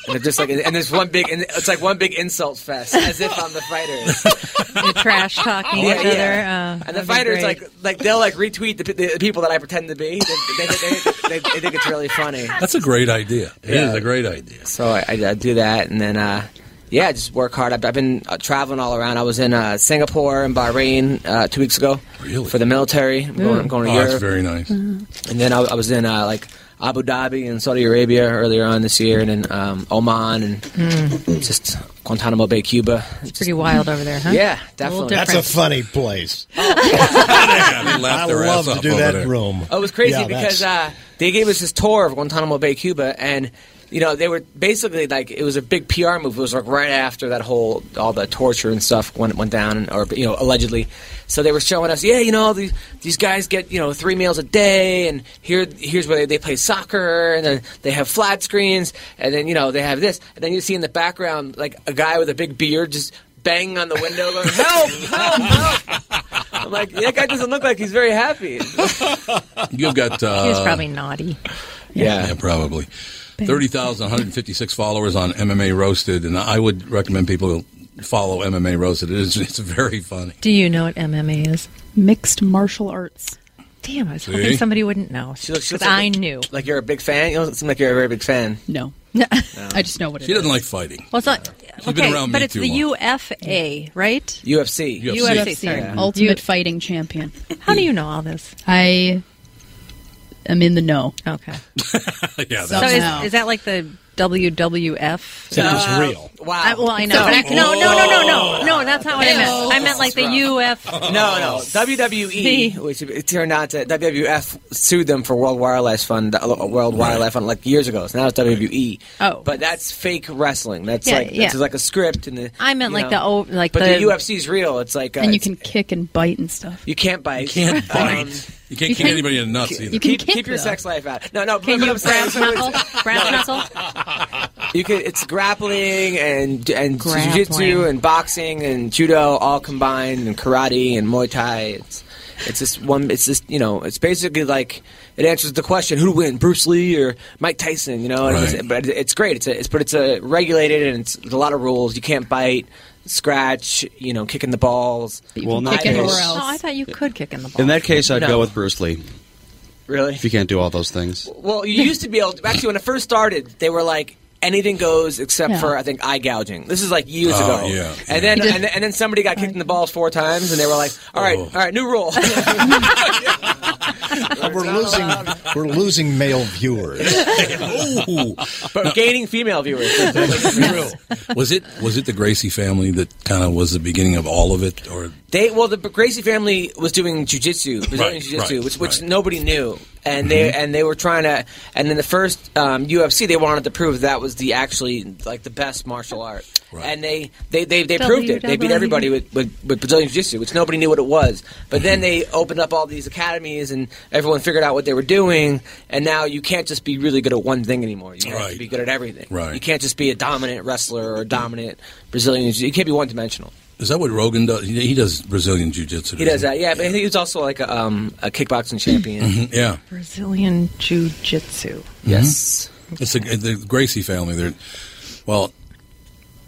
And they're just like, and there's one big, and it's like one big insult fest, as if I'm the fighter. You're trash talking Yeah, each Oh, other. yeah. Uh, And the that'd be fighters great. like, like they'll like retweet the, the people that I pretend to be. They, they, they, they, they think it's really funny. That's a great idea. It is Yeah. a great idea. So I, I, I do that, and then uh, yeah, I just work hard. I've, I've been uh, traveling all around. I was in uh, Singapore and Bahrain uh, two weeks ago really? for the military. I'm Mm. going, I'm going to oh, Europe, that's very nice. Mm-hmm. and then I, I was in uh, like Abu Dhabi and Saudi Arabia earlier on this year, and then um, Oman and Mm. just Guantanamo Bay, Cuba. Um, hmm, It's pretty wild over there, huh? Yeah, Little definitely. That's a different. funny place. laugh I their love ass to off do over that there. room. Oh, it was crazy Yeah, because that's- uh, they gave us this tour of Guantanamo Bay, Cuba, and you know they were basically like it was a big PR move. It was like right after that whole all the torture and stuff went went down, or you know allegedly. So they were showing us, yeah, you know these these guys get you know three meals a day, and here here's where they, they play soccer, and then they have flat screens, and then you know they have this, and then you see in the background like a guy with a big beard just. Banging on the window, going help, help, help! I'm like, that guy doesn't look like he's very happy. You've got. Uh, he was probably naughty. Yeah. probably. 30,000, 156 followers on MMA Roasted, and I would recommend people follow MMA Roasted. It is, it's very funny. Do you know what MMA is? Mixed martial arts. Damn, I was hoping See? somebody wouldn't know. She looks, she looks 'Cause like I a- knew. Like you're a big fan. You don't seem like you're a very big fan. No. I just know what it She doesn't like fighting. Well, it's not. been okay, around but me it's too the long. UFA, right? UFC. sorry. Ultimate Fighting Champion. How do you know all this? I am in the know. Okay. yeah, So is, is that like the WWF? Sounds real. Wow. I, well, I know. No. but I- no, no, no, no, no, no. That's not what I meant. I meant like the UF. No, no. WWE, which it turned out to WWF sued them for World Wildlife Fund, uh, World Wildlife Fund, like years ago. So now it's WWE. Oh. but that's fake wrestling. That's Yeah, like yeah. that's like a script and the. I meant you like know. the old, like But the, the, UFC is real. It's like uh, and you it's- can kick and bite and stuff. you can't bite. Um, You can't bite. you can't you kick can- anybody in the nuts either. you can keep, kick, keep your though. sex life out. No, no. Can but you I'm saying, brass so it's- knuckle? Brass knuckle? You could. It's grappling and and Grappling. jujitsu and boxing and judo all combined and karate and muay thai. It's it's just one. It's just you know. It's basically like it answers the question: Who win, Bruce Lee or Mike Tyson? You know. and it's- Right. but it's great. It's, a, it's but it's a regulated and it's a lot of rules. You can't bite, scratch. You know, kicking the balls. Well, in that kick anywhere case- else. Oh, I thought you could kick in the ball. In that case, I'd No. go with Bruce Lee. Really? If you can't do all those things. Well, you used to be able. To, actually, when it first started, they were like anything goes except Yeah. for I think eye gouging. This is like years Oh, ago. yeah. And then and, then- and then somebody got kicked in the balls four times, and they were like, "All Oh. right, all right, new rule." we're losing we're losing male viewers. Ooh. but we're gaining female viewers. was it was it the Gracie family that kind of was the beginning of all of it, or They well, the Gracie family was doing jujitsu, Brazilian Right, jiu-jitsu, right, which which right. Mm-hmm. nobody knew, and they and they were trying to. And then the first um, UFC, they wanted to prove that was the actually like the best martial art, and they they they, they proved it. They beat WWE. everybody with, with, with Brazilian jiu-jitsu, which nobody knew what it was. But Mm-hmm. then they opened up all these academies, and everyone figured out what they were doing. And now you can't just be really good at one thing anymore. You have to Right. be good at everything. Right. You can't just be a dominant wrestler or a dominant Brazilian. jiu- You can't be one dimensional. Is that what Rogan does? He he does Brazilian Jiu Jitsu. He does that, yeah. But he was also like a, um, a kickboxing champion. Mm-hmm, Yeah. Brazilian Jiu Jitsu. Mm-hmm. Yes. It's a, the Gracie family. They're, well,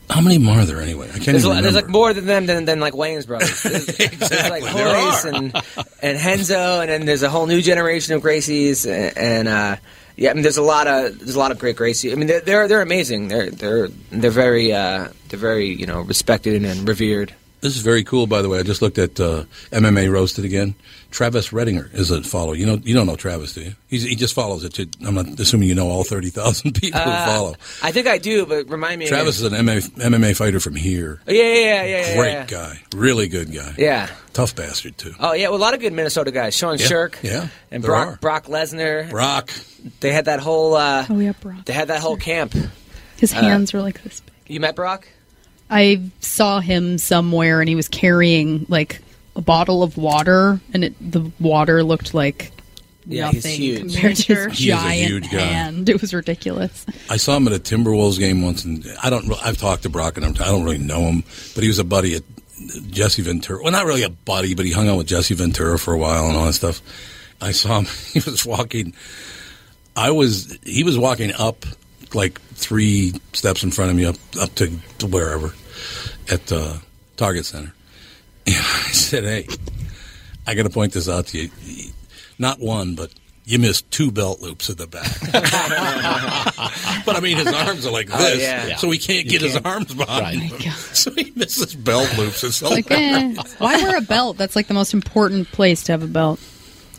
how many more are there anyway? I can't There's, a even lot, there's remember. like more than them than, than like Wayne's brothers. There's, there's like Horace and, and Henzo, and then there's a whole new generation of Gracies, and, and uh, yeah, I mean, there's a lot of there's a lot of great Gracie. I mean, they're they're, they're amazing. They're they're they're very uh, they're very you know respected and revered. This is very cool, by the way. I just looked at uh, MMA Roasted again. Travis Redinger is a follow. You know, you don't know Travis, do you? He's, he just follows it. To, I'm not assuming you know all thirty thousand people Uh, who follow. I think I do, but remind me. Travis is an MMA, MMA fighter from here. Oh, yeah, yeah, yeah, yeah, yeah, Great yeah. guy, really good guy. Yeah. tough bastard too. Oh yeah, well, a lot of good Minnesota guys. Sean Yeah, Shirk, yeah, and there Brock are. Brock Lesnar. Brock. They had that whole. Uh, Oh, yeah, Brock. They had that whole camp. His Uh, hands were like this. You met Brock? I saw him somewhere, and he was carrying like a bottle of water, and it, the water looked like Yeah, he's nothing huge. compared to his He is a giant huge guy. hand. It was ridiculous. I saw him at a Timberwolves game once, and I don't. re- I've talked to Brock, and I'm, I don't really know him, but he was a buddy at Jesse Ventura. Well, not really a buddy, but he hung out with Jesse Ventura for a while and all that stuff. I saw him. He was walking. I was. He was walking up like three steps in front of me, up up to, to wherever at uh, Target Center. And I said, "Hey, I got to point this out to you. Not one, but." You missed two belt loops at the back. but I mean, his arms are like Oh, this, yeah. so he can't You get his can't- arms behind Right. him. So he misses belt loops. It's It's like, eh, why wear a belt? That's like the most important place to have a belt.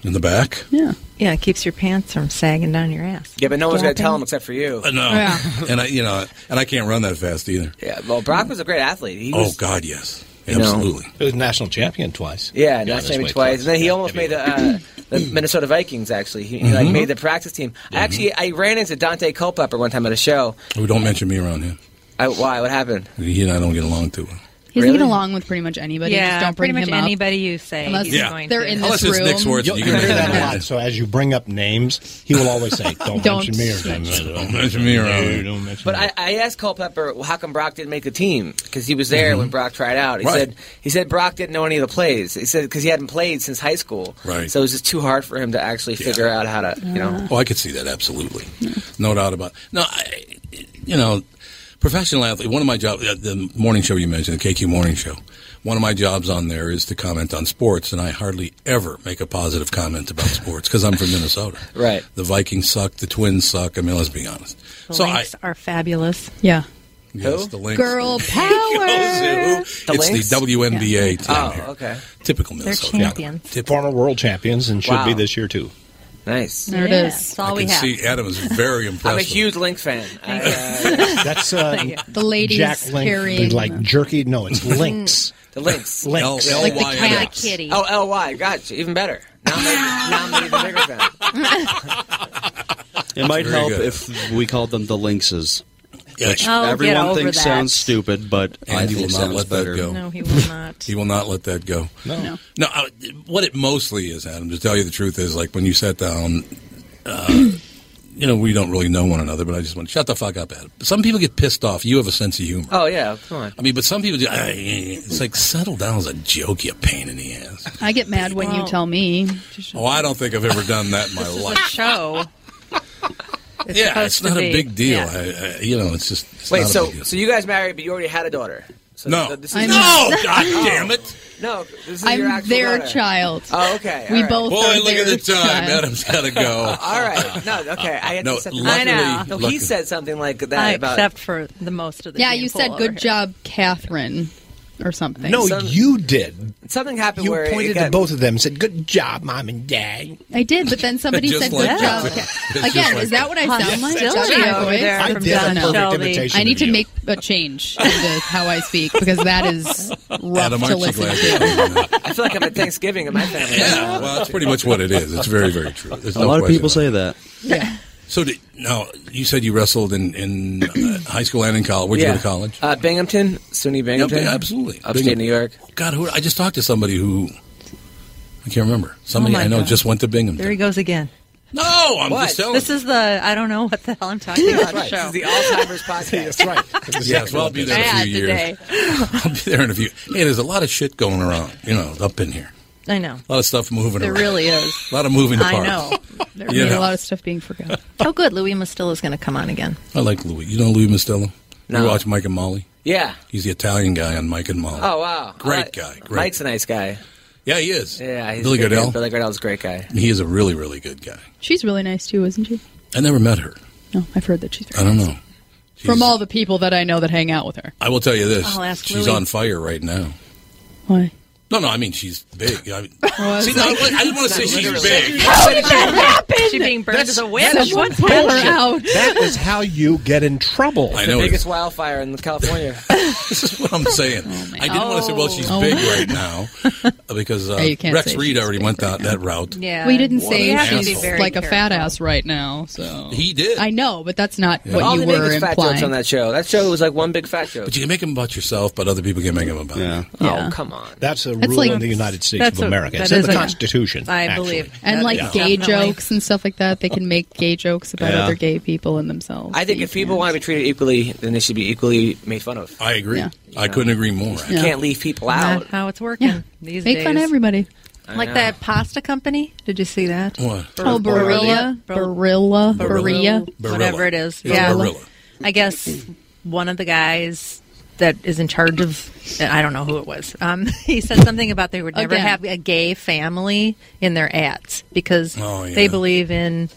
In the back? Yeah. Yeah, it keeps your pants from sagging down your ass. Yeah, but no one's going to Dropping. tell him except for you. Uh, no, Yeah. and I, you know, and I can't run that fast either. Yeah, well, Brock was a great athlete. He Oh was, God, yes, You know. absolutely. He was national champion twice. Yeah, national champion way twice. And then he almost made the, uh, the Minnesota Vikings. Actually, he, he, like Mhm. made the practice team. I Actually, I ran into Dante Culpepper one time at a show. Oh, don't mention me around him. I, why? What happened? He and I don't get along too well. He's Really? not get along with pretty much anybody. Yeah, Just don't bring pretty much him up. anybody you say Unless he's Yeah. going they're to. in Unless this it's room. Nick Swartz, You'll you hear can that a lot. So as you bring up names, he will always say, "Don't, Don't mention me." Or don't, Don't mention me around No, him. don't mention But me. I, I asked Culpepper well, how come Brock didn't make the team because he was there when Brock tried out. He Mm-hmm. Right. said he said Brock didn't know any of the plays. He said because he hadn't played since high school. Right. So it was just too hard for him to actually figure out how to you know. Oh, I could see that absolutely, no doubt about. It. No, I, you know, professional athlete. One of my jobs, the morning show you mentioned, the KQ morning show. One of my jobs on there is to comment on sports, and I hardly ever make a positive comment about sports because I'm from Minnesota. Right. The Vikings suck. The Twins suck. I mean, let's be honest. The so links are fabulous. Yeah. Yes, the Lynx. Girl power. It's the WNBA team Oh, here. okay. Typical They're Minnesota. champions. Former world champions and should Wow. be this year too. Nice. There it Yeah, is. That's all I we can have. see Adam is very I'm a impressed. huge Link fan. I, That's uh, Thank you. The ladies Jack Link. carrying Like jerky? No, it's links. the Lynx. Links. L- Like the LYNX. cat kitty. Oh, L Y. Gotcha. Even better. Now I'm, now I'm even bigger fan. It might Very help good. if we called them the Lynxes. Yeah, Which Oh, get everyone over thinks that. sounds stupid, but I Andy think will not sounds let that better. go. No, he will not. He will not let that go. No. No, I, what it mostly is, Adam, to tell you the truth, is like when you sat down, uh, you know, we don't really know one another, but I just want to shut the fuck up, Adam. Some people get pissed off. You have a sense of humor. Oh yeah, come on. I mean, but some people do. "Ah, yeah, yeah." It's like, settle down is a joke, you pain in the ass. I get mad when you Wow. tell me. Oh, I don't think I've ever done that in my This is life. a show. It's yeah, supposed it's to not be. a big deal. Yeah. I, I, you know, it's just. It's Wait, not a so big deal. so you guys married, but you already had a daughter. So No. th- this is No! I'm- God damn it! no, this is your I'm actual their daughter. child. Oh, okay. We all right. both Boy, are look at their the time. child. Adam's got to go. All right. No, okay. I had No, to set luckily- I know. No, luckily- he said something like that I about. except for the most of the Yeah, people you said over good here. job, Catherine, or something. No, Some- you did. something happened You where it pointed got- to both of them and said, Good job, mom and dad. I did, but then somebody Just said like good that. job. It's just Again, like is that what I Huh, sound yes, like? that's Johnny right. voice? Over there I from did a Donna. perfect Shelby. imitation. I need of to you. make a change into how I speak because that is rough Adam, to aren't you listen glad? to. you're doing that? I feel like I'm at Thanksgiving in my family. Yeah, well, that's pretty much what it is. It's very, very true. There's A no lot of question people about it. say that. So did, now you said you wrestled in in uh, high school and in college. Where'd you go to college? Uh, Binghamton, SUNY Binghamton. Yeah, absolutely. Upstate Binghamton. New York. God, who, I just talked to somebody who I can't remember. Somebody Oh my I know God. just went to Binghamton. There he goes again. No, I'm What? just telling. This is the I don't know what the hell I'm talking about that's right. show. This is the Alzheimer's podcast. that's right. Yes, well, I'll be there in a Bad few years. today. I'll be there in a few. Hey, there's a lot of shit going around, you know, up in here. I know. A lot of stuff moving There around. really is. A lot of moving I parts. know. There You is know. a lot of stuff being forgotten. oh, good. Louis Mastillo is going to come on again. I like Louis. You know Louis Mostello? No. You watch Mike and Molly? Yeah. He's the Italian guy on Mike and Molly. Oh wow, Great Uh, guy. Great. Mike's a nice guy. Yeah, he is. Yeah, he's Billy a good Goodell? guy. Billy Goodell's a great guy. He is a really, really good guy. She's really nice too, isn't she? I never met her. No, I've heard that she's very I don't know. from all the people that I know that hang out with her. I will tell you this. I'll ask she's Louis. on fire right now. Why? No, no, I mean, she's big. I, mean, I was See, no, like- I didn't want to say That's she's literally- big. How did that happen? She being burned That's- as a witch. that's What bullshit. the hell? That is how you get in trouble. I the know it biggest wildfire in California. That's what I'm saying. Oh, I didn't want to say, well, she's Oh. big right now because uh, Yeah, you can't Rex say Reed she's already went that, that route. Yeah. We didn't What say an she's asshole. like a fat ass right now. So He did. I know, but that's not Yeah. what All you they make were is fat jokes on implying. that show. That show was like one big fat joke. But you can make them about yourself, but other people can make them about yeah. Oh come on. That's a That's rule like- in the United States that's of a- America. that It's in is the a- Constitution. I actually. believe. And that like is gay definitely- jokes and stuff like that, they can make gay jokes about Yeah. other gay people and themselves. I think if people want to be treated equally, then they should be equally made fun of. I agree. Yeah. I couldn't agree more. You can't leave people out. Not how it's working these Make days. fun of everybody. Like that pasta company. Did you see that? What? Oh, Barilla, Barilla, Barilla, Barilla. Whatever it is. Yeah. I guess one of the guys that is in charge of I don't know who it was. Um, he said something about they would never Again. have a gay family in their ads because Oh, yeah. they believe in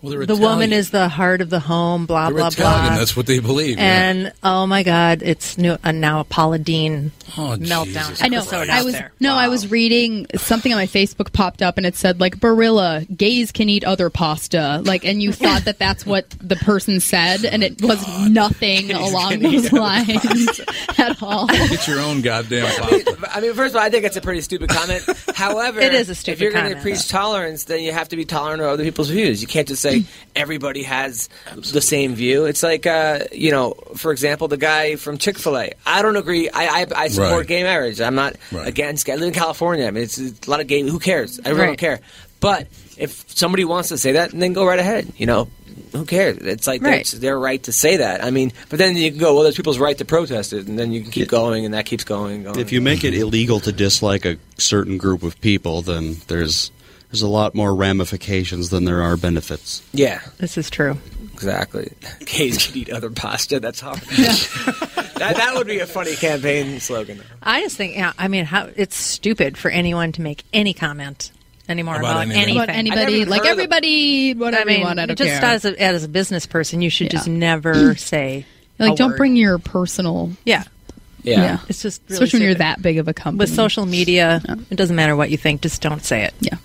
Well, the they're woman Italian. is the heart of the home, blah They're blah Italian. blah. That's what they believe. yeah. and oh my god, it's new uh, now a Paula Dean Oh, meltdown. Jesus I know. episode I out was there. no, I was reading something on my Facebook popped up and it said like Barilla gays can eat other pasta like and you thought that that's what the person said and it was nothing along those lines at all. Get your own goddamn pop. I mean, first of all, I think it's a pretty stupid comment. However, It is a stupid If you're going to comment. preach tolerance, then you have to be tolerant of other people's views. You can't just say everybody has the same view. It's like, uh, you know, for example, the guy from Chick Fil A. I don't agree. I I, I support Right. gay marriage. I'm not against. I live in California. I mean, it's a lot of gay. Who cares? I really don't Right. care. But if somebody wants to say that, then go right ahead. You know. Who cares? It's like Right. that's their right to say that. I mean, but then you can go, well, there's people's right to protest it, and then you can keep going, and that keeps going and going. If you make it illegal to dislike a certain group of people, then there's there's a lot more ramifications than there are benefits. Yeah, this is true. Exactly. Gays can eat other pasta. That's hard. that, that would be a funny campaign slogan. I just think, yeah, I mean, how it's stupid for anyone to make any comment anymore About about, anything. anything. About anybody, like everybody, whatever I mean, you want, I don't just care. Mm. as a, as a business person, you should just never say like a don't word. bring your personal Yeah. Yeah. It's just really especially when you're stupid. that big of a company with social media. It doesn't matter what you think; just don't say it. Yeah,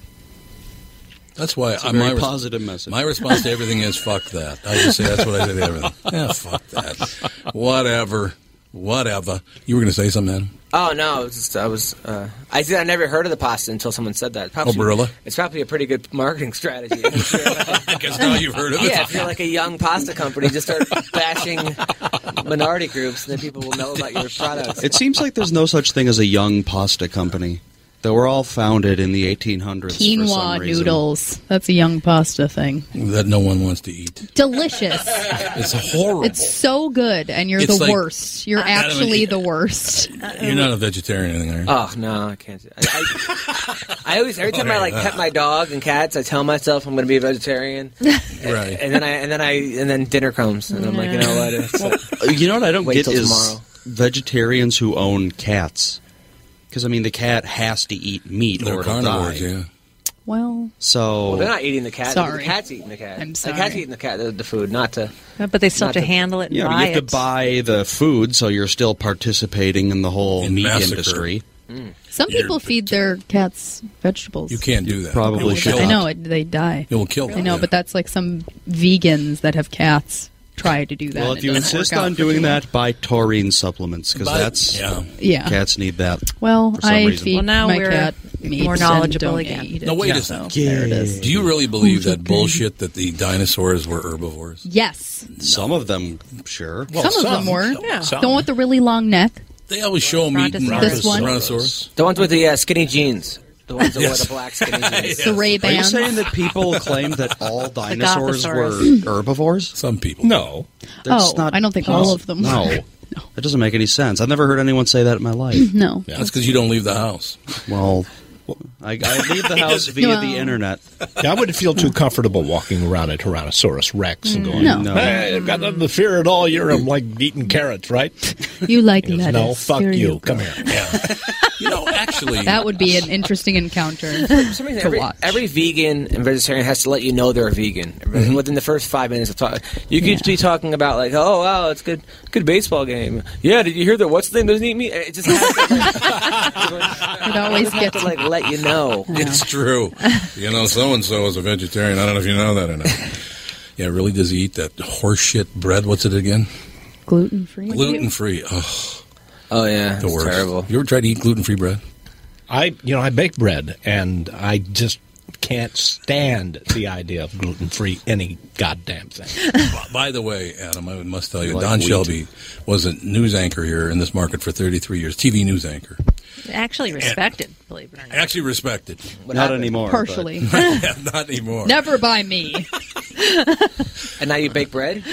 That's why It's a I- very my res- positive message. My response to everything is fuck that. I just say that's what I say to everything. Yeah, fuck that. Whatever. Whatever. You were going to say something, Adam? Oh no! I was. Just, I, was uh, I said I never heard of the pasta until someone said that. Probably, Oh, Barilla? It's probably a pretty good marketing strategy. I guess now you've heard of it. Yeah, if you're like a young pasta company, just start bashing minority groups, and then people will know about your products. It seems like there's no such thing as a young pasta company. They were all founded in the 1800s. for some quinoa reason. noodles. That's a young pasta thing. That no one wants to eat. Delicious. It's horrible. It's so good, and you're It's the like- worst. You're I don't actually eat- the worst. Uh-uh. You're not a vegetarian or anything, are you? Oh no, I can't. I, I, I always every time I like Okay. pet my dog and cats, I tell myself I'm going to be a vegetarian, right? And then I and then I and then dinner comes, and I'm like, you know what? It's Uh, You know what I don't Wait get till is tomorrow. vegetarians who own cats. Because I mean, the cat has to eat meat They're or it'll die. carnivores, yeah. Well, So Well, they're not eating the cat. Sorry. The cat's eating the cat. I'm The cat's sorry. eating the cat. The, the food, not to. Uh, But they still Not have to, to- handle it and Yeah, but buy you have it. to buy the food, so you're still participating in the whole meat massacre. industry. Hmm. some You're- people feed their cats vegetables. You can't do that. probably It will should kill I them. know it, they die. It will kill them. I know, yeah. but that's like some vegans that have cats try to do that. Well, and if it you doesn't insist work out on for doing people. that, buy taurine supplements because Buy- that's yeah. Yeah. cats need that. Well, for some I reason. feed Well, now my we're cat meat more and knowledgeable don't again. eat it. No, wait a So, second. there it is. Do you really believe that bullshit that the dinosaurs were herbivores? Yes, Some of them, sure. Well, some, of some. them were. Yeah. Some. The one with the really long neck. They always show them eating Brontosaurus. This one? brontosaurus. The ones with the uh, skinny jeans. The ones that Yes. wear the black skinny jeans. The Ray Are you Bans. saying that people claim that all dinosaurs were Gothosaurus. herbivores? Some people. No. Oh, I don't think all of them No. were. That doesn't make any sense. I've never heard anyone say that in my life. No. Yeah, that's 'cause you don't leave the house. Well, I, I leave the house via the internet. Yeah, I wouldn't feel too comfortable walking around a Tyrannosaurus Rex and going, No. No. "Hey, I've got nothing to fear at all. You're I'm like eating carrots, right? You like He goes, lettuce? no, fuck Here you. Come here. you know, actually, That would be an interesting encounter some to reason, every, watch. every vegan and vegetarian has to let you know they're a vegan Mm-hmm. Mhm. within the first five minutes of talk. You could be talking about like, oh wow, it's good, good baseball game. Yeah, did you hear that? What's the name doesn't eat meat? It just has It always have gets to like let you know. It's true. You know, so and so is a vegetarian. I don't know if you know that or not. Yeah, really does he eat that horseshit bread? What's it again? gluten free. Gluten free. Oh, oh yeah, the worst. Terrible. You ever tried to eat gluten free bread? I, you know, I bake bread, and I just can't stand the idea of gluten free any goddamn thing. By the way, Adam, I must tell you, Like Don wheat. Shelby was a news anchor here in this market for 33 years, TV news anchor. Actually respected, believe it or not. Actually respected. What Not happened? anymore, Partially. but- Yeah, not anymore. Never by me. And now you bake bread.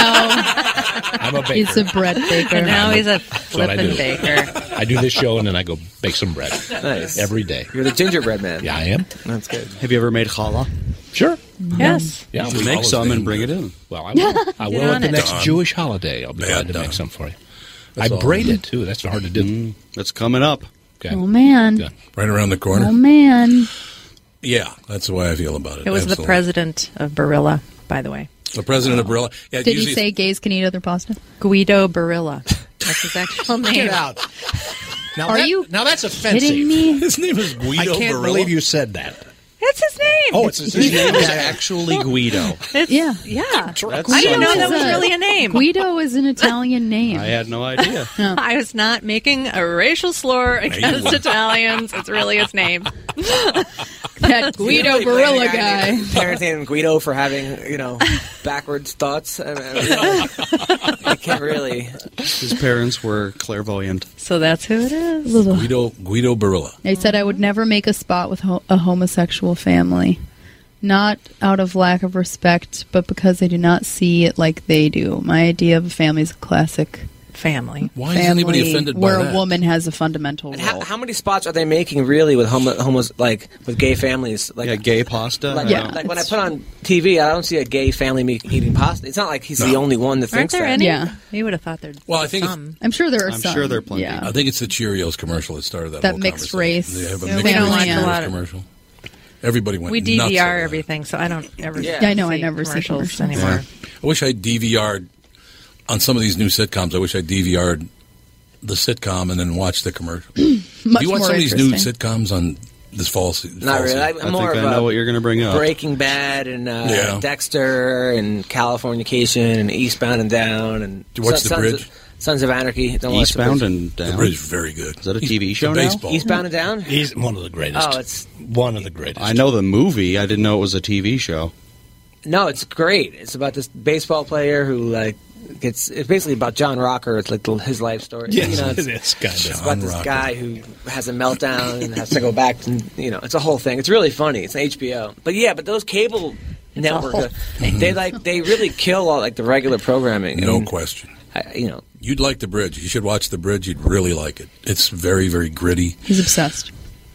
I'm a baker. He's a bread baker. And now he's a That's what I flippin' do. baker. I do this show, and then I go bake some bread. Nice. Every day. You're the gingerbread man. Yeah, I am. That's good. Have you ever made challah? Sure. Yes. Yeah, You should we make always some do and bring it in. Well, I will. I Get will on at the it. next Done. Jewish holiday. I'll be Bad glad to done. make some for you. That's I all. braid it too. That's hard to do. It's coming up. Okay. Oh man. Right around the corner. Oh man. Yeah, that's the way I feel about it. It was Absolutely. the president of Barilla, by the way. The president of Barilla. Yeah, Did he usually- say gays can eat other pasta? Guido Barilla. That's his actual name. Get out. Now Are that- you now that's offensive. kidding me? His name is Guido I can't Barilla? believe you said that. That's his name. Oh, it's his His name. name is actually Guido. It's, yeah. Yeah. I didn't know that was really a name. Guido is an Italian name. I had no idea. I was not making a racial slur against were. Italians. It's really his name. that Guido Barilla guy. Parenting Guido for having you know backwards thoughts. I, mean, I mean, I can't really. His parents were clairvoyant. So that's who it is. Guido Guido Barilla. They said I would never make a spot with ho- a homosexual family. Not out of lack of respect, but because they do not see it like they do. My idea of a family is a classic family. Why is anybody offended by where a that? woman has a fundamental role? How, how many spots are they making really with homo, homos like with gay families? Like gay pasta. Like, Yeah. like when I put on TV, I don't see a gay family me- eating pasta. It's not like he's the only one that Aren't thinks there that. any? Yeah. You would have thought there'd Well, I be think it's- some. I'm sure there are I'm some. sure there are plenty. Yeah. I think it's the Cheerios commercial that started that. That whole mixed conversation. race. They have a Yeah, we mixed don't race watch a Cheerios lot of- commercial. Everybody went. We nuts over DVR that. everything, so I don't ever. Yeah. Yeah, I know, I never see commercials commercials. anymore. Yeah. I wish I DVR'd on some of these new sitcoms. I wish I DVR'd the sitcom and then watched the commercial. Much Do you watch more some of these new interesting. sitcoms on this fall? se- Not fall really. season? I, I'm more of a going to bring Breaking Bad and uh, Yeah. Dexter and Californication and Eastbound and Down and Did you watch The Sons of- Bridge? Sons of Anarchy. Don't watch The Eastbound Bridge. and down. The Bridge is very good. Is that a TV show now? baseball. Eastbound and Down. He's one of the greatest. Oh, it's one of the greatest. I know the movie. I didn't know it was a TV show. No, it's great. It's about this baseball player who like gets. It's basically about John Rocker. It's like the- his life story. Yes, it's, it is, kind of. it's John about this Rocker. guy who has a meltdown and has to go back. And you know, it's a whole thing. It's really funny. It's HBO. But yeah, but those cable whole networks, Mm-hmm. they like they really kill all like the regular programming. I No mean, question. I, you know, You'd like the bridge. You should watch the bridge. You'd really like it. It's very, very gritty. He's obsessed.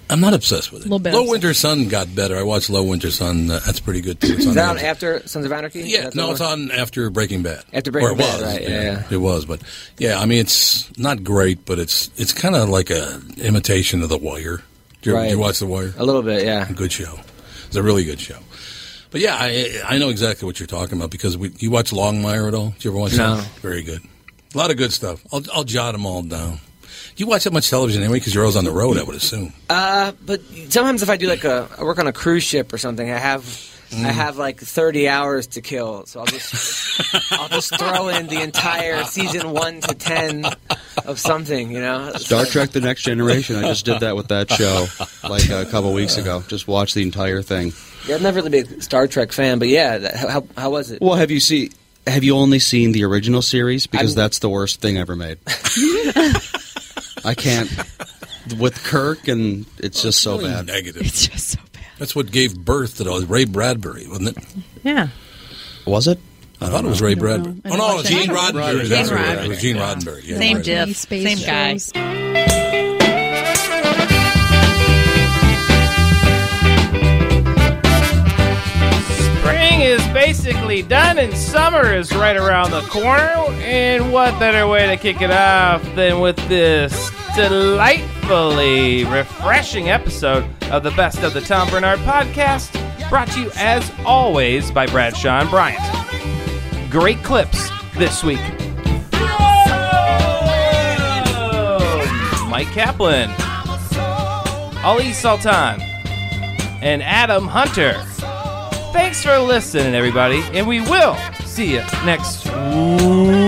I'm not obsessed with it. Little bit Low obsessed. Winter Sun got better. I watched Low Winter Sun. Uh, that's pretty good too. It's is on that on Amazon. after Sons of Anarchy? Yeah, That's the no, one? it's on after Breaking Bad. After Breaking or it Bad, was, right, yeah, yeah. it was. But yeah, I mean, it's not great, but it's it's kind of like a imitation of The Wire. Did you, did you Right. watch The Wire? a little bit. Yeah, Good show. It's a really good show. But yeah, I I know exactly what you're talking about because we, you watch Longmire at all? Did you ever watch No. that? Very good. A lot of good stuff. I'll I'll jot them all down. Do you watch that much television anyway? Because you're always on the road, I would assume. Uh, but sometimes if I do like a, I work on a cruise ship or something, I have, Mm. I have like thirty hours to kill, so I'll just, I'll just throw in the entire season one to ten of something, you know. Star Trek: The Next Generation. I just did that with that show like a couple weeks ago. Just watched the entire thing. Yeah, I've never really been a Star Trek fan, but yeah, that, how, how was it? Well, have you seen? Have you only seen the original series? Because I'm- that's the worst thing ever made. I can't. with Kirk, and it's just so Really bad. Negative. It's just so bad. That's what gave birth to those- Ray Bradbury, wasn't it? Yeah. Was it? I, thought it was Ray Bradbury. Oh I don't no, watch Gene that. Roddenberry. Gene That's right. Roddenberry, It was Gene yeah. Roddenberry. Yeah, same right. diff, Space same guy. Spring is basically done and summer is right around the corner. And what better way to kick it off than with this delightfully refreshing episode of the Best of the Tom Bernard podcast, brought to you as always by Bradshaw and Bryant. Great clips this week. Mike Kaplan, Ali Sultan, and Adam Hunter. Thanks for listening, everybody, and we will see you next week.